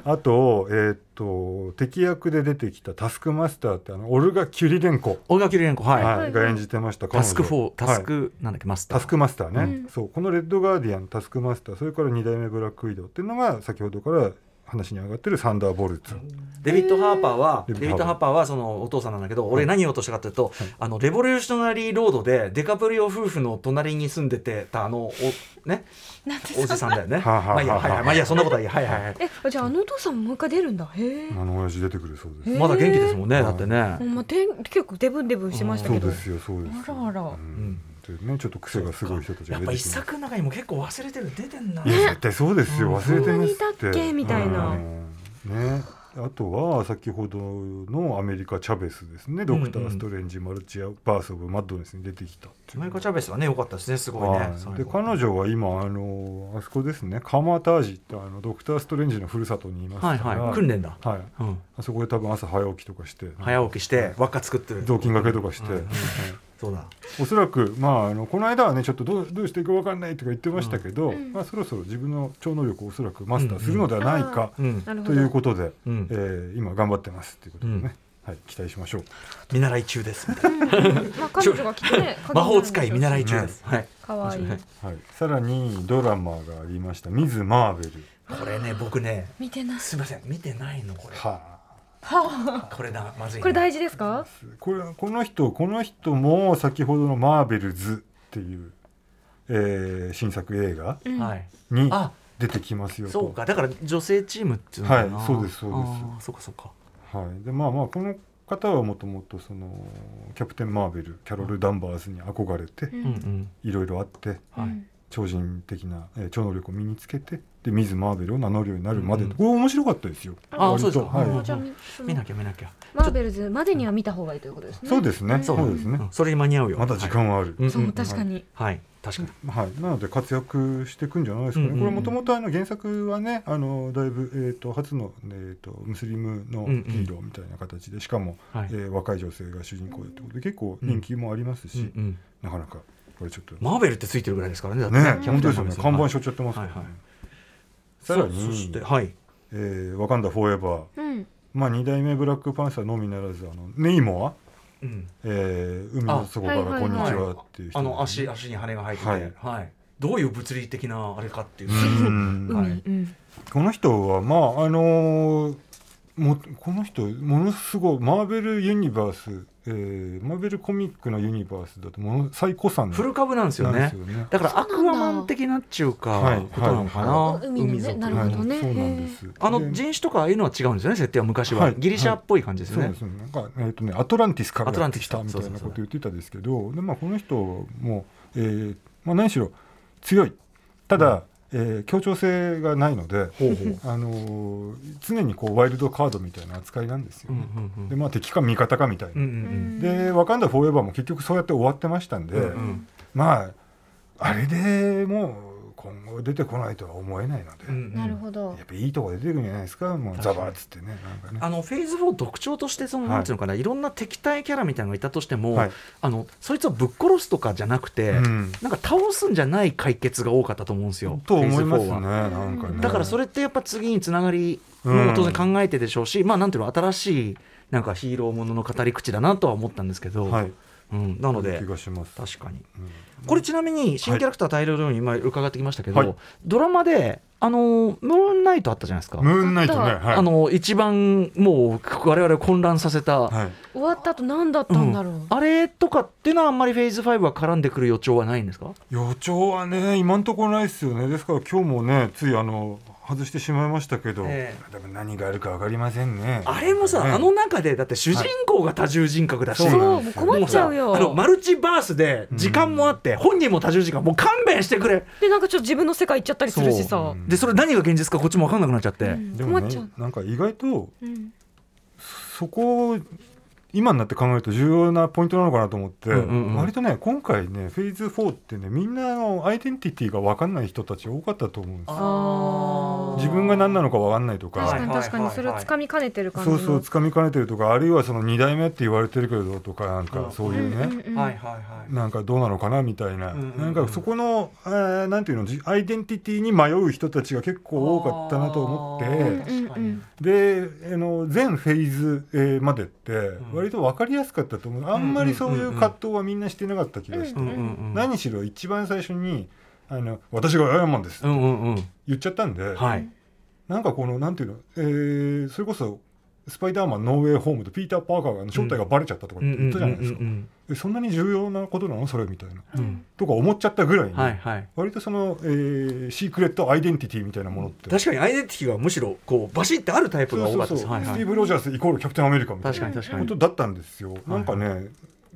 [SPEAKER 4] あと,、えーっと敵役で出てきたタスクマスターってあのオルガ・キュリレンコ、
[SPEAKER 2] 小川キリレンコはい、
[SPEAKER 4] はいが演じてました彼
[SPEAKER 2] タ
[SPEAKER 4] 女
[SPEAKER 2] スクフォータ
[SPEAKER 4] はい
[SPEAKER 2] スク、なんだっけマスター
[SPEAKER 4] タスクマスターね、そうこのレッドガーディアンタスクマスターそれから2代目ブラックウィドウっていうのが先ほどから話に上がってるサンダーボルツ、
[SPEAKER 2] デビッド・ハーパーは、
[SPEAKER 4] デ
[SPEAKER 2] デ
[SPEAKER 4] ビッド
[SPEAKER 2] ビッド・ハーパーはそのお父さんなんだけど、俺何を言おうとしたかというと、あの、レボリューショナリー・ロードで、デカプリオ夫婦の隣に住んでてた、あの、お、 ね、おじさんだよね。
[SPEAKER 4] はあはあはあ
[SPEAKER 2] まあいいや、はいはい、まあいいや、そんなことはいいや、はいはいはい。
[SPEAKER 3] えあじゃああのお父さんももう一回出るんだへえ
[SPEAKER 4] あの親父出てくるそうです、
[SPEAKER 2] まだ元気ですもんね、だってね
[SPEAKER 3] ほ。んまて結構デブンデブンしてました
[SPEAKER 4] そ
[SPEAKER 3] け
[SPEAKER 4] う
[SPEAKER 3] ど
[SPEAKER 4] ですよそうですよ
[SPEAKER 3] あらあら
[SPEAKER 4] うんでねちょっと癖がすごい人たちが
[SPEAKER 2] やっ
[SPEAKER 4] 出
[SPEAKER 2] ぱ
[SPEAKER 4] て
[SPEAKER 2] 一
[SPEAKER 4] きます
[SPEAKER 2] 作の中にも結構忘れてる、出てんな。
[SPEAKER 4] いや絶対そうですよ忘れてますって
[SPEAKER 3] こんなにいたっけみたいな
[SPEAKER 4] うんねあとは先ほどのアメリカチャベスですね「ドクタ
[SPEAKER 2] うんう
[SPEAKER 4] ー・
[SPEAKER 2] ん
[SPEAKER 4] ストレンジ・マルチアバース・オブ・マッドネス」に出てきたっていう
[SPEAKER 2] マイカ・チャベスはね、良かったですね、すごいね
[SPEAKER 4] は。
[SPEAKER 2] 最
[SPEAKER 4] い、
[SPEAKER 2] 後
[SPEAKER 4] で彼女は今あのあそこですねカマタージってあのドクター・ストレンジのふるさとにいます
[SPEAKER 2] はい
[SPEAKER 4] から、
[SPEAKER 2] はい、訓練だ。
[SPEAKER 4] はい
[SPEAKER 2] うん。
[SPEAKER 4] あそこで多分朝早起きとかして
[SPEAKER 2] 早起きして、輪っか作ってる。
[SPEAKER 4] 雑巾掛けとかして、
[SPEAKER 2] うん
[SPEAKER 4] はい
[SPEAKER 2] そうだ。
[SPEAKER 4] おそらく、まあ、あのこの間はねちょっとどうどうしていいか分かんないとか言ってましたけど、まあ、そろそろ自分の超能力をおそらくマスターするのではないか、
[SPEAKER 2] うん。
[SPEAKER 3] なるほ
[SPEAKER 4] と
[SPEAKER 3] ど
[SPEAKER 4] いうことで、
[SPEAKER 2] うん
[SPEAKER 4] えー今頑張ってますということでね、はい、期待しましょう。
[SPEAKER 2] 見習い中です。
[SPEAKER 3] まあ彼女が来てね
[SPEAKER 2] 魔法使い見習
[SPEAKER 3] い
[SPEAKER 2] い中です。はい。
[SPEAKER 3] かわいい
[SPEAKER 4] はい、さらにドラマがありました「ミズ・マーベル
[SPEAKER 2] これね、僕ね、
[SPEAKER 3] 見てない
[SPEAKER 2] すみません、見てないの、こ」れ。
[SPEAKER 4] はあ
[SPEAKER 2] これだ、まずいな。
[SPEAKER 3] これ大事ですか
[SPEAKER 4] これこの人この人も先ほどの「マーベルズ」っていう、えー新作映画
[SPEAKER 2] はい。
[SPEAKER 4] に
[SPEAKER 2] あ
[SPEAKER 4] 出てきますよと
[SPEAKER 2] そうか、だから女性チームっていうのかな
[SPEAKER 4] はいそうですそうです
[SPEAKER 2] あーそうか、そうか。
[SPEAKER 4] はい、でまあまあこの方はもともとそのキャプテン・マーベルキャロル・ダンバーズに憧れて
[SPEAKER 2] うんうん。
[SPEAKER 4] いろいろあって
[SPEAKER 2] はい。
[SPEAKER 4] 超人的な、えー超能力を身につけてでミズ・マーベルを名乗るようになるまで、これ面白かったですよ。
[SPEAKER 2] あ
[SPEAKER 4] 割と
[SPEAKER 2] そうですか
[SPEAKER 4] は
[SPEAKER 2] うん
[SPEAKER 4] い、
[SPEAKER 3] じゃあみその
[SPEAKER 2] 見なきゃ見なきゃ。
[SPEAKER 3] マーベルズまでには見た方がいいということですね
[SPEAKER 4] そうですねそうですね、
[SPEAKER 2] うんそれに間に合うよ。
[SPEAKER 4] まだ時間はある、
[SPEAKER 2] はい。
[SPEAKER 3] そ
[SPEAKER 2] うんう
[SPEAKER 3] うん確かに
[SPEAKER 2] はい、確かに。
[SPEAKER 4] はい、なので活躍していくんじゃないですかね、
[SPEAKER 2] うんうんうん
[SPEAKER 4] これもともとあの原作はねあのだいぶ、えー、と初の、えー、とムスリムのヒーローみたいな形で、しかも、
[SPEAKER 2] はい
[SPEAKER 4] えー若い女性が主人公でってことで結構人気もありますし、
[SPEAKER 2] うんうん
[SPEAKER 4] なかなかこれちょっと、
[SPEAKER 2] マーベルってついてるぐらいですからね。だって
[SPEAKER 4] ね本当ですよね
[SPEAKER 2] キャプテン
[SPEAKER 4] 看
[SPEAKER 2] マーベル
[SPEAKER 4] 板しょっちゃってますからね、
[SPEAKER 2] はいはい
[SPEAKER 4] さら
[SPEAKER 2] そそして、
[SPEAKER 4] に、
[SPEAKER 2] はい。
[SPEAKER 4] えー、ワカンダフォーエバー、
[SPEAKER 3] うん
[SPEAKER 4] まあ、2代目ブラックパンサーのみならずあのネイモア、
[SPEAKER 2] うん
[SPEAKER 4] えー海の底から
[SPEAKER 3] あはいはいはい
[SPEAKER 4] こんにちはっていう人、
[SPEAKER 2] あの足、足に羽が生えてて、
[SPEAKER 4] は
[SPEAKER 2] はいい。どういう物理的なあれか っていう。
[SPEAKER 4] うん
[SPEAKER 2] はい
[SPEAKER 3] 海うん
[SPEAKER 4] この人はまああのーもこの人ものすごいマーベルユニバース、えーマーベルコミックのユニバースだともの最古参の
[SPEAKER 2] フル株なんですよ
[SPEAKER 4] なん
[SPEAKER 2] ね
[SPEAKER 4] ですよね。
[SPEAKER 2] だからアクアマン的なっちゅう
[SPEAKER 4] はい
[SPEAKER 2] かことなのかな
[SPEAKER 3] は。い海のね
[SPEAKER 2] 海沿い
[SPEAKER 3] なるほどね
[SPEAKER 4] はいそうなんです
[SPEAKER 2] あ
[SPEAKER 4] で
[SPEAKER 2] の人種とかああいうのは違うんですよね設定は昔は、
[SPEAKER 4] はい
[SPEAKER 2] ギリシャっぽい感じです
[SPEAKER 4] そう
[SPEAKER 2] よね、
[SPEAKER 4] ですねなんか、えーとね、アトランティスから
[SPEAKER 2] アトラ
[SPEAKER 4] やっ
[SPEAKER 2] ン
[SPEAKER 4] て
[SPEAKER 2] ティ
[SPEAKER 4] き
[SPEAKER 2] スだ
[SPEAKER 4] たみたい
[SPEAKER 2] そうそ
[SPEAKER 4] なこ
[SPEAKER 2] うそ
[SPEAKER 4] と
[SPEAKER 2] う
[SPEAKER 4] 言ってたですけどで、まあ、この人も、えーまあ、何しろ強いただ、えー協調性がないので、
[SPEAKER 2] ほうほう
[SPEAKER 4] あのー常にこうワイルドカードみたいな扱いなんですよ、
[SPEAKER 2] うんうんうん
[SPEAKER 4] でまあ、敵か味方かみたいな。
[SPEAKER 2] うんうん
[SPEAKER 4] で「ワカンダフォーエバー」も結局そうやって終わってましたんで、
[SPEAKER 2] うんうん
[SPEAKER 4] まああれでもう今後出てこないとは思えないので、
[SPEAKER 2] うんうん
[SPEAKER 3] なるほど
[SPEAKER 4] やっぱいいとこ出てくるんじゃないですかもうザバーっつってねなんかね。
[SPEAKER 2] あのフェーズ4特徴としてその、
[SPEAKER 4] はい
[SPEAKER 2] なんていうのかないろんな敵対キャラみたいなのがいたとしても、
[SPEAKER 4] はい
[SPEAKER 2] あのそいつをぶっ殺すとかじゃなくて、
[SPEAKER 4] うん
[SPEAKER 2] なんか倒すんじゃない解決が多かったと思うんですよ。
[SPEAKER 4] と思います
[SPEAKER 2] フェーズ4
[SPEAKER 4] ね
[SPEAKER 2] は
[SPEAKER 4] なんかね。
[SPEAKER 2] だからそれってやっぱ次につながり
[SPEAKER 4] う
[SPEAKER 2] も
[SPEAKER 4] ん
[SPEAKER 2] 当然考えてでしょうし、まあなんていうの新しいなんかヒーローものの語り口だなとは思ったんですけど、
[SPEAKER 4] はい
[SPEAKER 2] うん、なので
[SPEAKER 4] 気がします。
[SPEAKER 2] 確かに、
[SPEAKER 4] ん
[SPEAKER 2] これちなみに新キャラクター大量のように今伺ってきましたけど、
[SPEAKER 4] はい
[SPEAKER 2] ドラマであのムーンナイトあったじゃないですか、
[SPEAKER 4] ムーンナイトね
[SPEAKER 3] あと
[SPEAKER 4] はい
[SPEAKER 3] は
[SPEAKER 4] はい
[SPEAKER 2] あの一番もう我々を混乱させた、
[SPEAKER 3] 終わった後何だった
[SPEAKER 2] うん
[SPEAKER 3] んだろう
[SPEAKER 2] あれとかっていうのはあんまりフェーズ5は絡んでくる予兆はないんですか
[SPEAKER 4] 予兆はね今んとこないですよねですから今日もねついあの外してしまいましたけど、
[SPEAKER 2] え
[SPEAKER 4] でも何があるかわかりませんね。
[SPEAKER 2] あれもさ、
[SPEAKER 4] ね
[SPEAKER 2] あの中でだって主人公が多重人格だし、
[SPEAKER 4] はいそう
[SPEAKER 3] そうもう困っちゃ
[SPEAKER 2] もさあ
[SPEAKER 3] う
[SPEAKER 2] の
[SPEAKER 3] よ
[SPEAKER 2] マルチバースで時間もあって、本人も多重時間もう勘弁してくれ、
[SPEAKER 3] でなんかちょっと自分の世界行っちゃったりするし
[SPEAKER 2] そ
[SPEAKER 3] さ
[SPEAKER 4] うん
[SPEAKER 2] でそれ何が現実かこっちも分かんなくなっちゃって、
[SPEAKER 3] うん
[SPEAKER 4] でも
[SPEAKER 3] 困っ
[SPEAKER 4] ね
[SPEAKER 3] ちゃう
[SPEAKER 4] なんか意外と
[SPEAKER 3] うん
[SPEAKER 4] そこを今になって考えると重要なポイントなのかなと思って、
[SPEAKER 2] うんうんうん
[SPEAKER 4] 割とね今回ねフェーズ4ってねみんなあのアイデンティティが分かんない人たち多かったと思うんです
[SPEAKER 2] あ
[SPEAKER 4] 自分が何なのか分かんないと
[SPEAKER 2] はい
[SPEAKER 4] か
[SPEAKER 3] 確かに確か
[SPEAKER 2] は
[SPEAKER 3] に
[SPEAKER 2] い
[SPEAKER 3] それを掴みかねてる感じ
[SPEAKER 4] そ
[SPEAKER 3] の
[SPEAKER 4] うそうつかみかねてるとかあるいはその2代目って言われてるけどとかなん
[SPEAKER 2] うん
[SPEAKER 4] かそういうね、
[SPEAKER 3] うんうんうん
[SPEAKER 2] はいはいはい
[SPEAKER 4] なんかどうなのかなみたいな、
[SPEAKER 2] うんうんうん
[SPEAKER 4] なんかそこの、えーなんていうのじアイデンティティに迷う人たちが結構多かったなと思って、
[SPEAKER 2] あー
[SPEAKER 3] うんうんうん
[SPEAKER 2] 確かに
[SPEAKER 4] であの全フェーズ、えーまでって
[SPEAKER 2] ん
[SPEAKER 4] 割と分かりやすかったと思う、あんまりそういう葛藤はみんなしてなかった気がして、
[SPEAKER 2] うんうんうん
[SPEAKER 4] 何しろ一番最初にあの「私が謝るんです」
[SPEAKER 2] うんうんうん
[SPEAKER 4] 言っちゃったんで、
[SPEAKER 2] はい
[SPEAKER 4] なんかこのなんていうの、えーそれこそ「スパイダーマンノーウェイホーム」とピーター・パーカーが正体がバレちゃったとか
[SPEAKER 2] う
[SPEAKER 4] って
[SPEAKER 2] んう
[SPEAKER 4] 言っ
[SPEAKER 2] んう
[SPEAKER 4] た
[SPEAKER 2] ん
[SPEAKER 4] じゃないですか、
[SPEAKER 2] うん
[SPEAKER 4] えそんなに重要なことなのそれみたいな、
[SPEAKER 2] うん
[SPEAKER 4] とか思っちゃったぐらいに、
[SPEAKER 2] はいはい
[SPEAKER 4] 割とその、えーシークレットアイデンティティみたいなものって
[SPEAKER 2] 確かにアイデンティティはむしろこうバシッてあるタイプが多かった
[SPEAKER 4] そう
[SPEAKER 2] です
[SPEAKER 4] そうそう、
[SPEAKER 2] はいは
[SPEAKER 4] スティ
[SPEAKER 2] い
[SPEAKER 4] ーブ・ロジャースイコールキャプテンアメリカみたい
[SPEAKER 2] 確
[SPEAKER 4] な
[SPEAKER 2] かに確か
[SPEAKER 4] こ
[SPEAKER 2] に
[SPEAKER 4] とだったんですよ、なんかね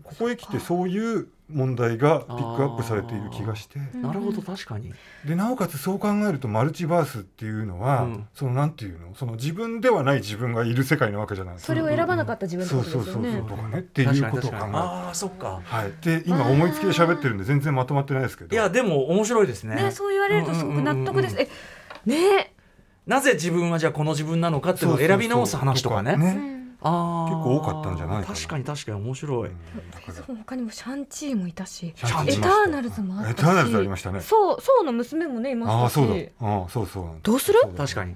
[SPEAKER 4] ここへ来てそういう問題がピックアップされている気がして
[SPEAKER 2] なるほど確かに
[SPEAKER 4] でなおかつそう考えるとマルチバースっていうのは、
[SPEAKER 2] うん
[SPEAKER 4] そのなんていうのその自分ではない自分がいる世界なわけじゃないですか
[SPEAKER 3] それを選ばなかった自分ってこ
[SPEAKER 4] そう
[SPEAKER 3] と
[SPEAKER 4] そう
[SPEAKER 3] です
[SPEAKER 4] そ
[SPEAKER 3] よ
[SPEAKER 4] う
[SPEAKER 3] ね
[SPEAKER 4] そうとかねっていうことを考
[SPEAKER 2] 確かに確か
[SPEAKER 4] える
[SPEAKER 2] にああそっか
[SPEAKER 4] はいで今思いつきで喋ってるんで全然まとまってないですけど
[SPEAKER 2] いやでも面白いですね
[SPEAKER 3] ねそう言われるとすごく納得で
[SPEAKER 2] う
[SPEAKER 3] す、
[SPEAKER 2] んうん
[SPEAKER 3] えね
[SPEAKER 2] なぜ自分はじゃあこの自分なのかっていう
[SPEAKER 4] そ
[SPEAKER 2] のを
[SPEAKER 4] うそうそ
[SPEAKER 2] 選
[SPEAKER 4] う
[SPEAKER 2] び直す話とかね
[SPEAKER 3] え、う
[SPEAKER 4] ね
[SPEAKER 3] ん、
[SPEAKER 2] あー
[SPEAKER 4] 結構多かったんじゃないかな
[SPEAKER 2] 確かに確かに面白い、
[SPEAKER 4] だから
[SPEAKER 3] 他にもシャンチーもいたし
[SPEAKER 4] シャン
[SPEAKER 3] エ
[SPEAKER 4] チ
[SPEAKER 3] タ
[SPEAKER 4] ー
[SPEAKER 3] ーナルズもあったし
[SPEAKER 4] エターナルズありましたね
[SPEAKER 3] そうそうの娘もねいま
[SPEAKER 4] ああ
[SPEAKER 3] した
[SPEAKER 4] そうだ
[SPEAKER 3] し
[SPEAKER 4] ああそうそう
[SPEAKER 3] どうする
[SPEAKER 2] 確かに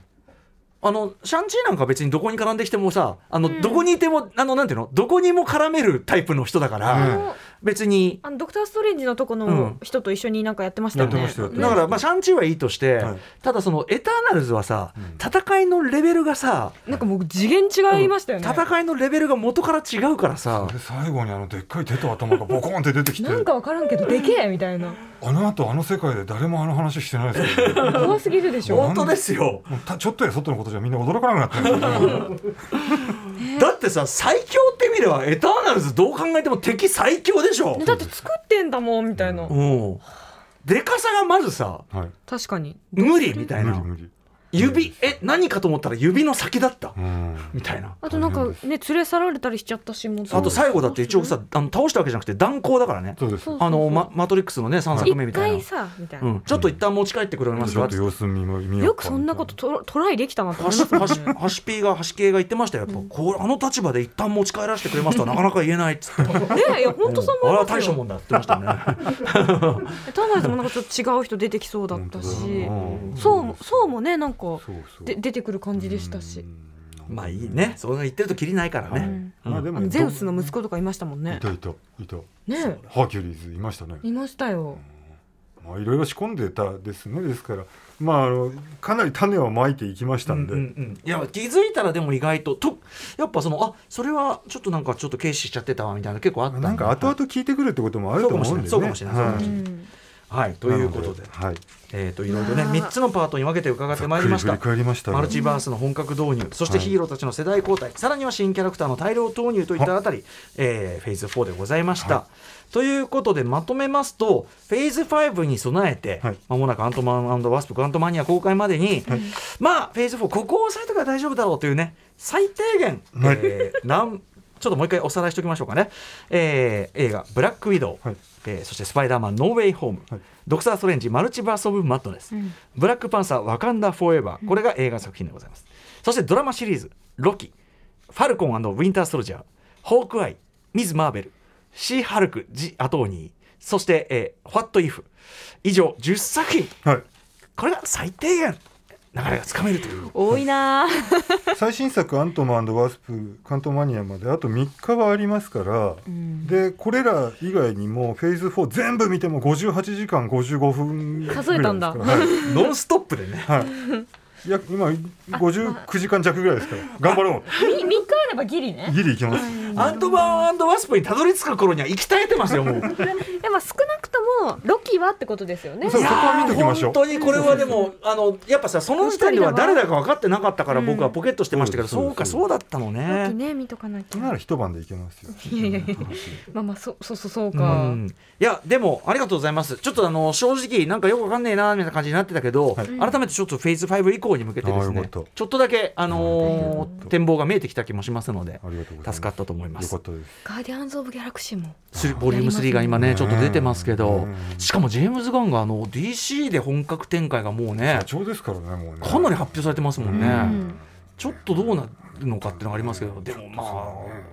[SPEAKER 2] あのシャンチーなんか別にどこに絡んできてもさあの、どこにいてもあのなんていうのどこにも絡めるタイプの人だから、
[SPEAKER 4] うん
[SPEAKER 2] 別に
[SPEAKER 3] あのドクター・ストレンジのとこ
[SPEAKER 2] うん
[SPEAKER 3] の人と一緒になんかやってましたよね。
[SPEAKER 4] やってました
[SPEAKER 2] だから、まあ、シャンチーはいいとして、
[SPEAKER 4] はい
[SPEAKER 2] ただそのエターナルズはさ、
[SPEAKER 4] ん
[SPEAKER 2] 戦いのレベルがさ
[SPEAKER 3] なんかもう次元違いましたよね。
[SPEAKER 2] 戦いのレベルが元から違うからさ
[SPEAKER 4] で最後にあのでっかい手と頭がボコーンって出てきて
[SPEAKER 3] なんかわからんけどでけえみたいな
[SPEAKER 4] あのあとあの世界で誰もあの話してないですよ、ね、
[SPEAKER 3] 怖すぎるでしょ。
[SPEAKER 2] 本当ですよ
[SPEAKER 4] もうたちょっとやそっとのことじゃみんな驚かなくなってる、
[SPEAKER 2] だってさ最強って意味ではエターナルズどう考えても敵最強でしょ
[SPEAKER 3] ね、だって作ってんだもんみたいな。
[SPEAKER 2] うんでかさがまずさ
[SPEAKER 4] はい、
[SPEAKER 3] 確かに。
[SPEAKER 2] 無理みたい
[SPEAKER 4] 無
[SPEAKER 2] な
[SPEAKER 4] 理無理
[SPEAKER 2] 指え何かと思ったら指の先だった
[SPEAKER 4] うん
[SPEAKER 2] みたいな
[SPEAKER 3] あとなんかね連れ去られたりしちゃったしもう。
[SPEAKER 2] あと最後だって一応さあの倒したわけじゃなくて断交だからね
[SPEAKER 4] そうです
[SPEAKER 3] そう
[SPEAKER 2] あのママトリックスのね3作目
[SPEAKER 3] 一
[SPEAKER 2] みたいな
[SPEAKER 3] 回、さみたいうな。
[SPEAKER 2] ん、ちょっと一旦持ち帰ってくれます
[SPEAKER 4] ちょ
[SPEAKER 2] か
[SPEAKER 4] っと様子見も見よう
[SPEAKER 3] よくそんなことトラトライできたなって
[SPEAKER 2] ハ
[SPEAKER 3] 思い
[SPEAKER 2] シ
[SPEAKER 3] ます。
[SPEAKER 2] ハ シハシピーがハシ系が言ってましたよ、やっぱこうあの立場で一旦持ち帰らせてくれますとはなかなか言えないっつって、
[SPEAKER 3] ねいや本当そう
[SPEAKER 2] あれ
[SPEAKER 3] 思
[SPEAKER 2] はい
[SPEAKER 3] ま
[SPEAKER 2] 大し
[SPEAKER 3] す
[SPEAKER 2] た
[SPEAKER 3] よ。
[SPEAKER 2] もんだって言ってましたね。
[SPEAKER 3] ターナルズもなんかちょっと違う人出てきそうだったし、
[SPEAKER 4] 本当だな
[SPEAKER 3] そうそうもねなんか
[SPEAKER 4] そうそう
[SPEAKER 3] で出てくる感じでしたし。
[SPEAKER 2] まあいいね、そんな言ってるときりないからね。
[SPEAKER 4] まあで
[SPEAKER 3] あ
[SPEAKER 4] も
[SPEAKER 3] のゼウスの息子とかいましたもんね
[SPEAKER 4] い。たいたいた
[SPEAKER 3] ね
[SPEAKER 4] ハーキュリーズいましたね
[SPEAKER 3] いましたよ。
[SPEAKER 4] まあいろいろ仕込んでたですねですからまああのかなり種をまいていきましたんで、
[SPEAKER 2] うんうんいや気づいたらでも意外ととやっぱそのあそれはちょっとなんかちょっと軽視しちゃってたわみたいな結構あった
[SPEAKER 4] なんか後々聞いてくるってこともあると思うんでね
[SPEAKER 2] そうかもしれないそうかもしれないそうかもしれない
[SPEAKER 3] うん
[SPEAKER 2] はいということで、
[SPEAKER 4] はい
[SPEAKER 2] えー、といろいろね3つのパートに分けて伺ってまいりまし
[SPEAKER 4] ざ
[SPEAKER 2] た
[SPEAKER 4] っくり振り返りましたよ
[SPEAKER 2] マルチバースの本格導入そして
[SPEAKER 4] はい
[SPEAKER 2] ヒーローたちの世代交代、さらには新キャラクターの大量投入といったあたり、えーフェーズ4でございました、ということでまとめますとフェーズ5に備えて、
[SPEAKER 4] はい
[SPEAKER 2] まもなくアントマンワスプクアントマニア公開までに、まあフェーズ4ここを押さえとけば大丈夫だろうというね最低限、
[SPEAKER 4] はい
[SPEAKER 2] えーなんちょっともう一回おさらいしておきましょうかね、えー映画「ブラックウィドウ」
[SPEAKER 4] はい
[SPEAKER 2] えーそして「スパイダーマンノーウェイホーム」
[SPEAKER 4] はい
[SPEAKER 2] ドクター・ストレンジ」「マルチバース・オブ・マッドネス」ブラックパンサー」「ワカンダ・フォーエバー」これが映画作品でございます、そしてドラマシリーズ「ロキ」「ファルコンウィンター・ソルジャー」「ホークアイ」「ミズ・マーベル」「シー・ハルク・ジ・アトーニー」そして、えー「ファット・イフ」以上10作品
[SPEAKER 4] はい
[SPEAKER 2] これが最低限流れがつかめるという
[SPEAKER 3] 多いなあ。
[SPEAKER 4] 最新作「アントマンワスプ関東マニア」まであと3日はありますから、でこれら以外にもフェーズ4全部見ても58時間55分ぐらいですか
[SPEAKER 3] 数え
[SPEAKER 4] ら
[SPEAKER 3] たんだ
[SPEAKER 4] はい、
[SPEAKER 2] ノンストップでね
[SPEAKER 4] いや今59時間弱ぐらいですから頑張ろ
[SPEAKER 3] み三日あればギリ
[SPEAKER 4] う
[SPEAKER 3] ね。
[SPEAKER 4] ギリいきます
[SPEAKER 2] アントマンワスプにたどり着く頃には行き絶えてますよもう。
[SPEAKER 3] でも少なくともロキはってことですよね。
[SPEAKER 4] そうそこは見ときましょう
[SPEAKER 2] 本当にこれはでもあのやっぱさその時点では誰だか分かってなかったから僕はポケットしてましたけど、
[SPEAKER 4] うん
[SPEAKER 2] そうかそうだったの
[SPEAKER 3] ロキ
[SPEAKER 2] ね。
[SPEAKER 3] ね見とかなき
[SPEAKER 4] な
[SPEAKER 3] ゃ
[SPEAKER 4] ら。一晩でいけますよ
[SPEAKER 3] いやいやいや。まあまあそうそうそうそう
[SPEAKER 2] う
[SPEAKER 3] か。
[SPEAKER 2] ん、いやでもありがとうございますちょっとあの正直なんかよくわかんねえなみたいな感じになってたけど、
[SPEAKER 4] はい
[SPEAKER 2] 改めてちょっとフェーズ5以降に向けてです
[SPEAKER 4] あー
[SPEAKER 2] ね
[SPEAKER 4] よかった
[SPEAKER 2] ちょっとだけ、あのー
[SPEAKER 4] うん
[SPEAKER 2] 展望が見えてきた気もしまますので
[SPEAKER 4] ありがとうございます
[SPEAKER 2] 助かったと思いま
[SPEAKER 4] よ
[SPEAKER 2] す
[SPEAKER 4] かったです
[SPEAKER 3] ガーディアンズ・オブ・ギャラクシーも
[SPEAKER 2] スリボリューム3が今ね
[SPEAKER 4] ね
[SPEAKER 2] ちょっと出てますけど
[SPEAKER 4] うん
[SPEAKER 2] しかもジェームズ・ガンがあの DC で本格展開がもうね
[SPEAKER 4] 社長ですからねもうね
[SPEAKER 2] かなり発表されてますもんね、
[SPEAKER 4] うん
[SPEAKER 2] ちょっとどうなるのかっていうのがありますけどでもまあ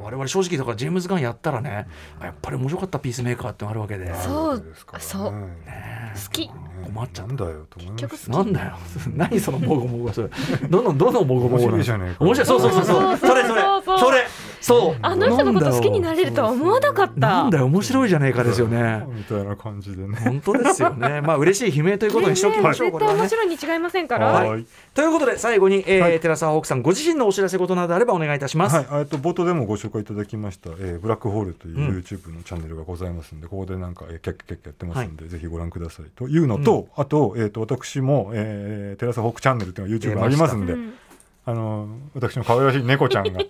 [SPEAKER 2] 我々正直だからジェームズ・ガンやったらねあやっぱり面白かったピースメーカーってのあるわけで
[SPEAKER 3] そう
[SPEAKER 4] ですからね
[SPEAKER 3] そう
[SPEAKER 4] ね
[SPEAKER 3] 好き
[SPEAKER 2] 困っちゃった
[SPEAKER 4] なんだよと思います
[SPEAKER 3] 結
[SPEAKER 2] なんだよ 何そのもごもごそれどんどんどんどんもごもごなの
[SPEAKER 4] 面白いじゃねえか
[SPEAKER 2] 面白いそうそうそうそうそれそれ
[SPEAKER 3] そうそう
[SPEAKER 2] それそう
[SPEAKER 3] あの人のこと好きになれるとは思わなかった
[SPEAKER 2] なんだよ面白いじゃねえかですよね
[SPEAKER 4] みたいな感じでね
[SPEAKER 2] 本当ですよ ねまあ嬉しい悲鳴ということにしておきましょう
[SPEAKER 3] 絶
[SPEAKER 2] これ
[SPEAKER 3] 対
[SPEAKER 2] はね
[SPEAKER 3] 面白いに違いませんから、
[SPEAKER 2] はい
[SPEAKER 4] はい
[SPEAKER 2] ということで最後に、えー
[SPEAKER 4] はい
[SPEAKER 2] 寺澤ホークさんご自身のお知らせことなどあればお願いいたします、
[SPEAKER 4] はい、えっと冒頭でもご紹介いただきました、えー、ブラックホールという YouTube のチャンネルがございますんで、ここでなんか、えー、キャッキャッキャッキャやってますんで、ぜひご覧くださいというのと、あと,、えー、と私も、えー、テラサホークチャンネルというのが YouTube がありますんで、
[SPEAKER 3] うん
[SPEAKER 4] あのー私の可愛らしい猫ち ゃんが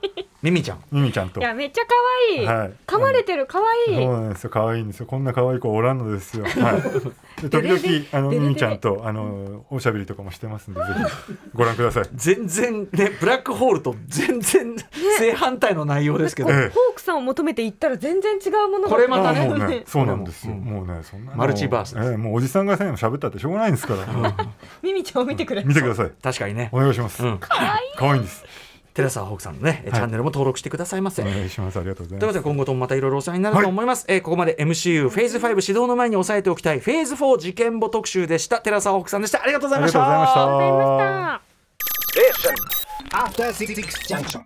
[SPEAKER 2] ミミちゃん
[SPEAKER 4] ミミちゃんと
[SPEAKER 3] いやめっちゃ可愛い、
[SPEAKER 4] はい
[SPEAKER 3] 噛まれてる可愛い
[SPEAKER 4] そうなんですよ可愛いんですよこんな可愛い子おらんので すよ、はい、で時
[SPEAKER 3] デレデレ
[SPEAKER 4] 々あの
[SPEAKER 3] デレデレ
[SPEAKER 4] ミミちゃんとあのーおしゃべりとかもしてますんでぜひご覧ください
[SPEAKER 2] 全然ねブラックホールと全然正反対の内容ですけど、
[SPEAKER 4] ええ
[SPEAKER 3] ホークさんを求めて行ったら全然違うものが
[SPEAKER 2] これまた
[SPEAKER 4] あ
[SPEAKER 2] ね
[SPEAKER 4] も うねそうなんですよ
[SPEAKER 2] うん
[SPEAKER 4] もうねそんなの
[SPEAKER 2] マルチバースです
[SPEAKER 4] ええもうおじさんがさえも喋ったってしょうがないんですから
[SPEAKER 3] ミミちゃんを見てくれ
[SPEAKER 4] 見てください
[SPEAKER 2] 確かにね
[SPEAKER 4] お願いします。
[SPEAKER 2] うん
[SPEAKER 4] 可愛いんです。
[SPEAKER 2] 寺澤ホークさんのね、チャンネルも登録してくださいませ、
[SPEAKER 4] お願いします。ありがとうご
[SPEAKER 2] とい
[SPEAKER 4] ざいう
[SPEAKER 2] こと
[SPEAKER 4] ます。
[SPEAKER 2] で今後ともまたいろいろお世話になると思います、えーここまで MCU フェーズ5指導の前に押さえておきたいフェーズ4事件簿特集でした寺澤ホークさんでしたありがとうございました
[SPEAKER 4] ありがとうございました
[SPEAKER 3] ありがとうございました
[SPEAKER 6] Station. After Six Junction.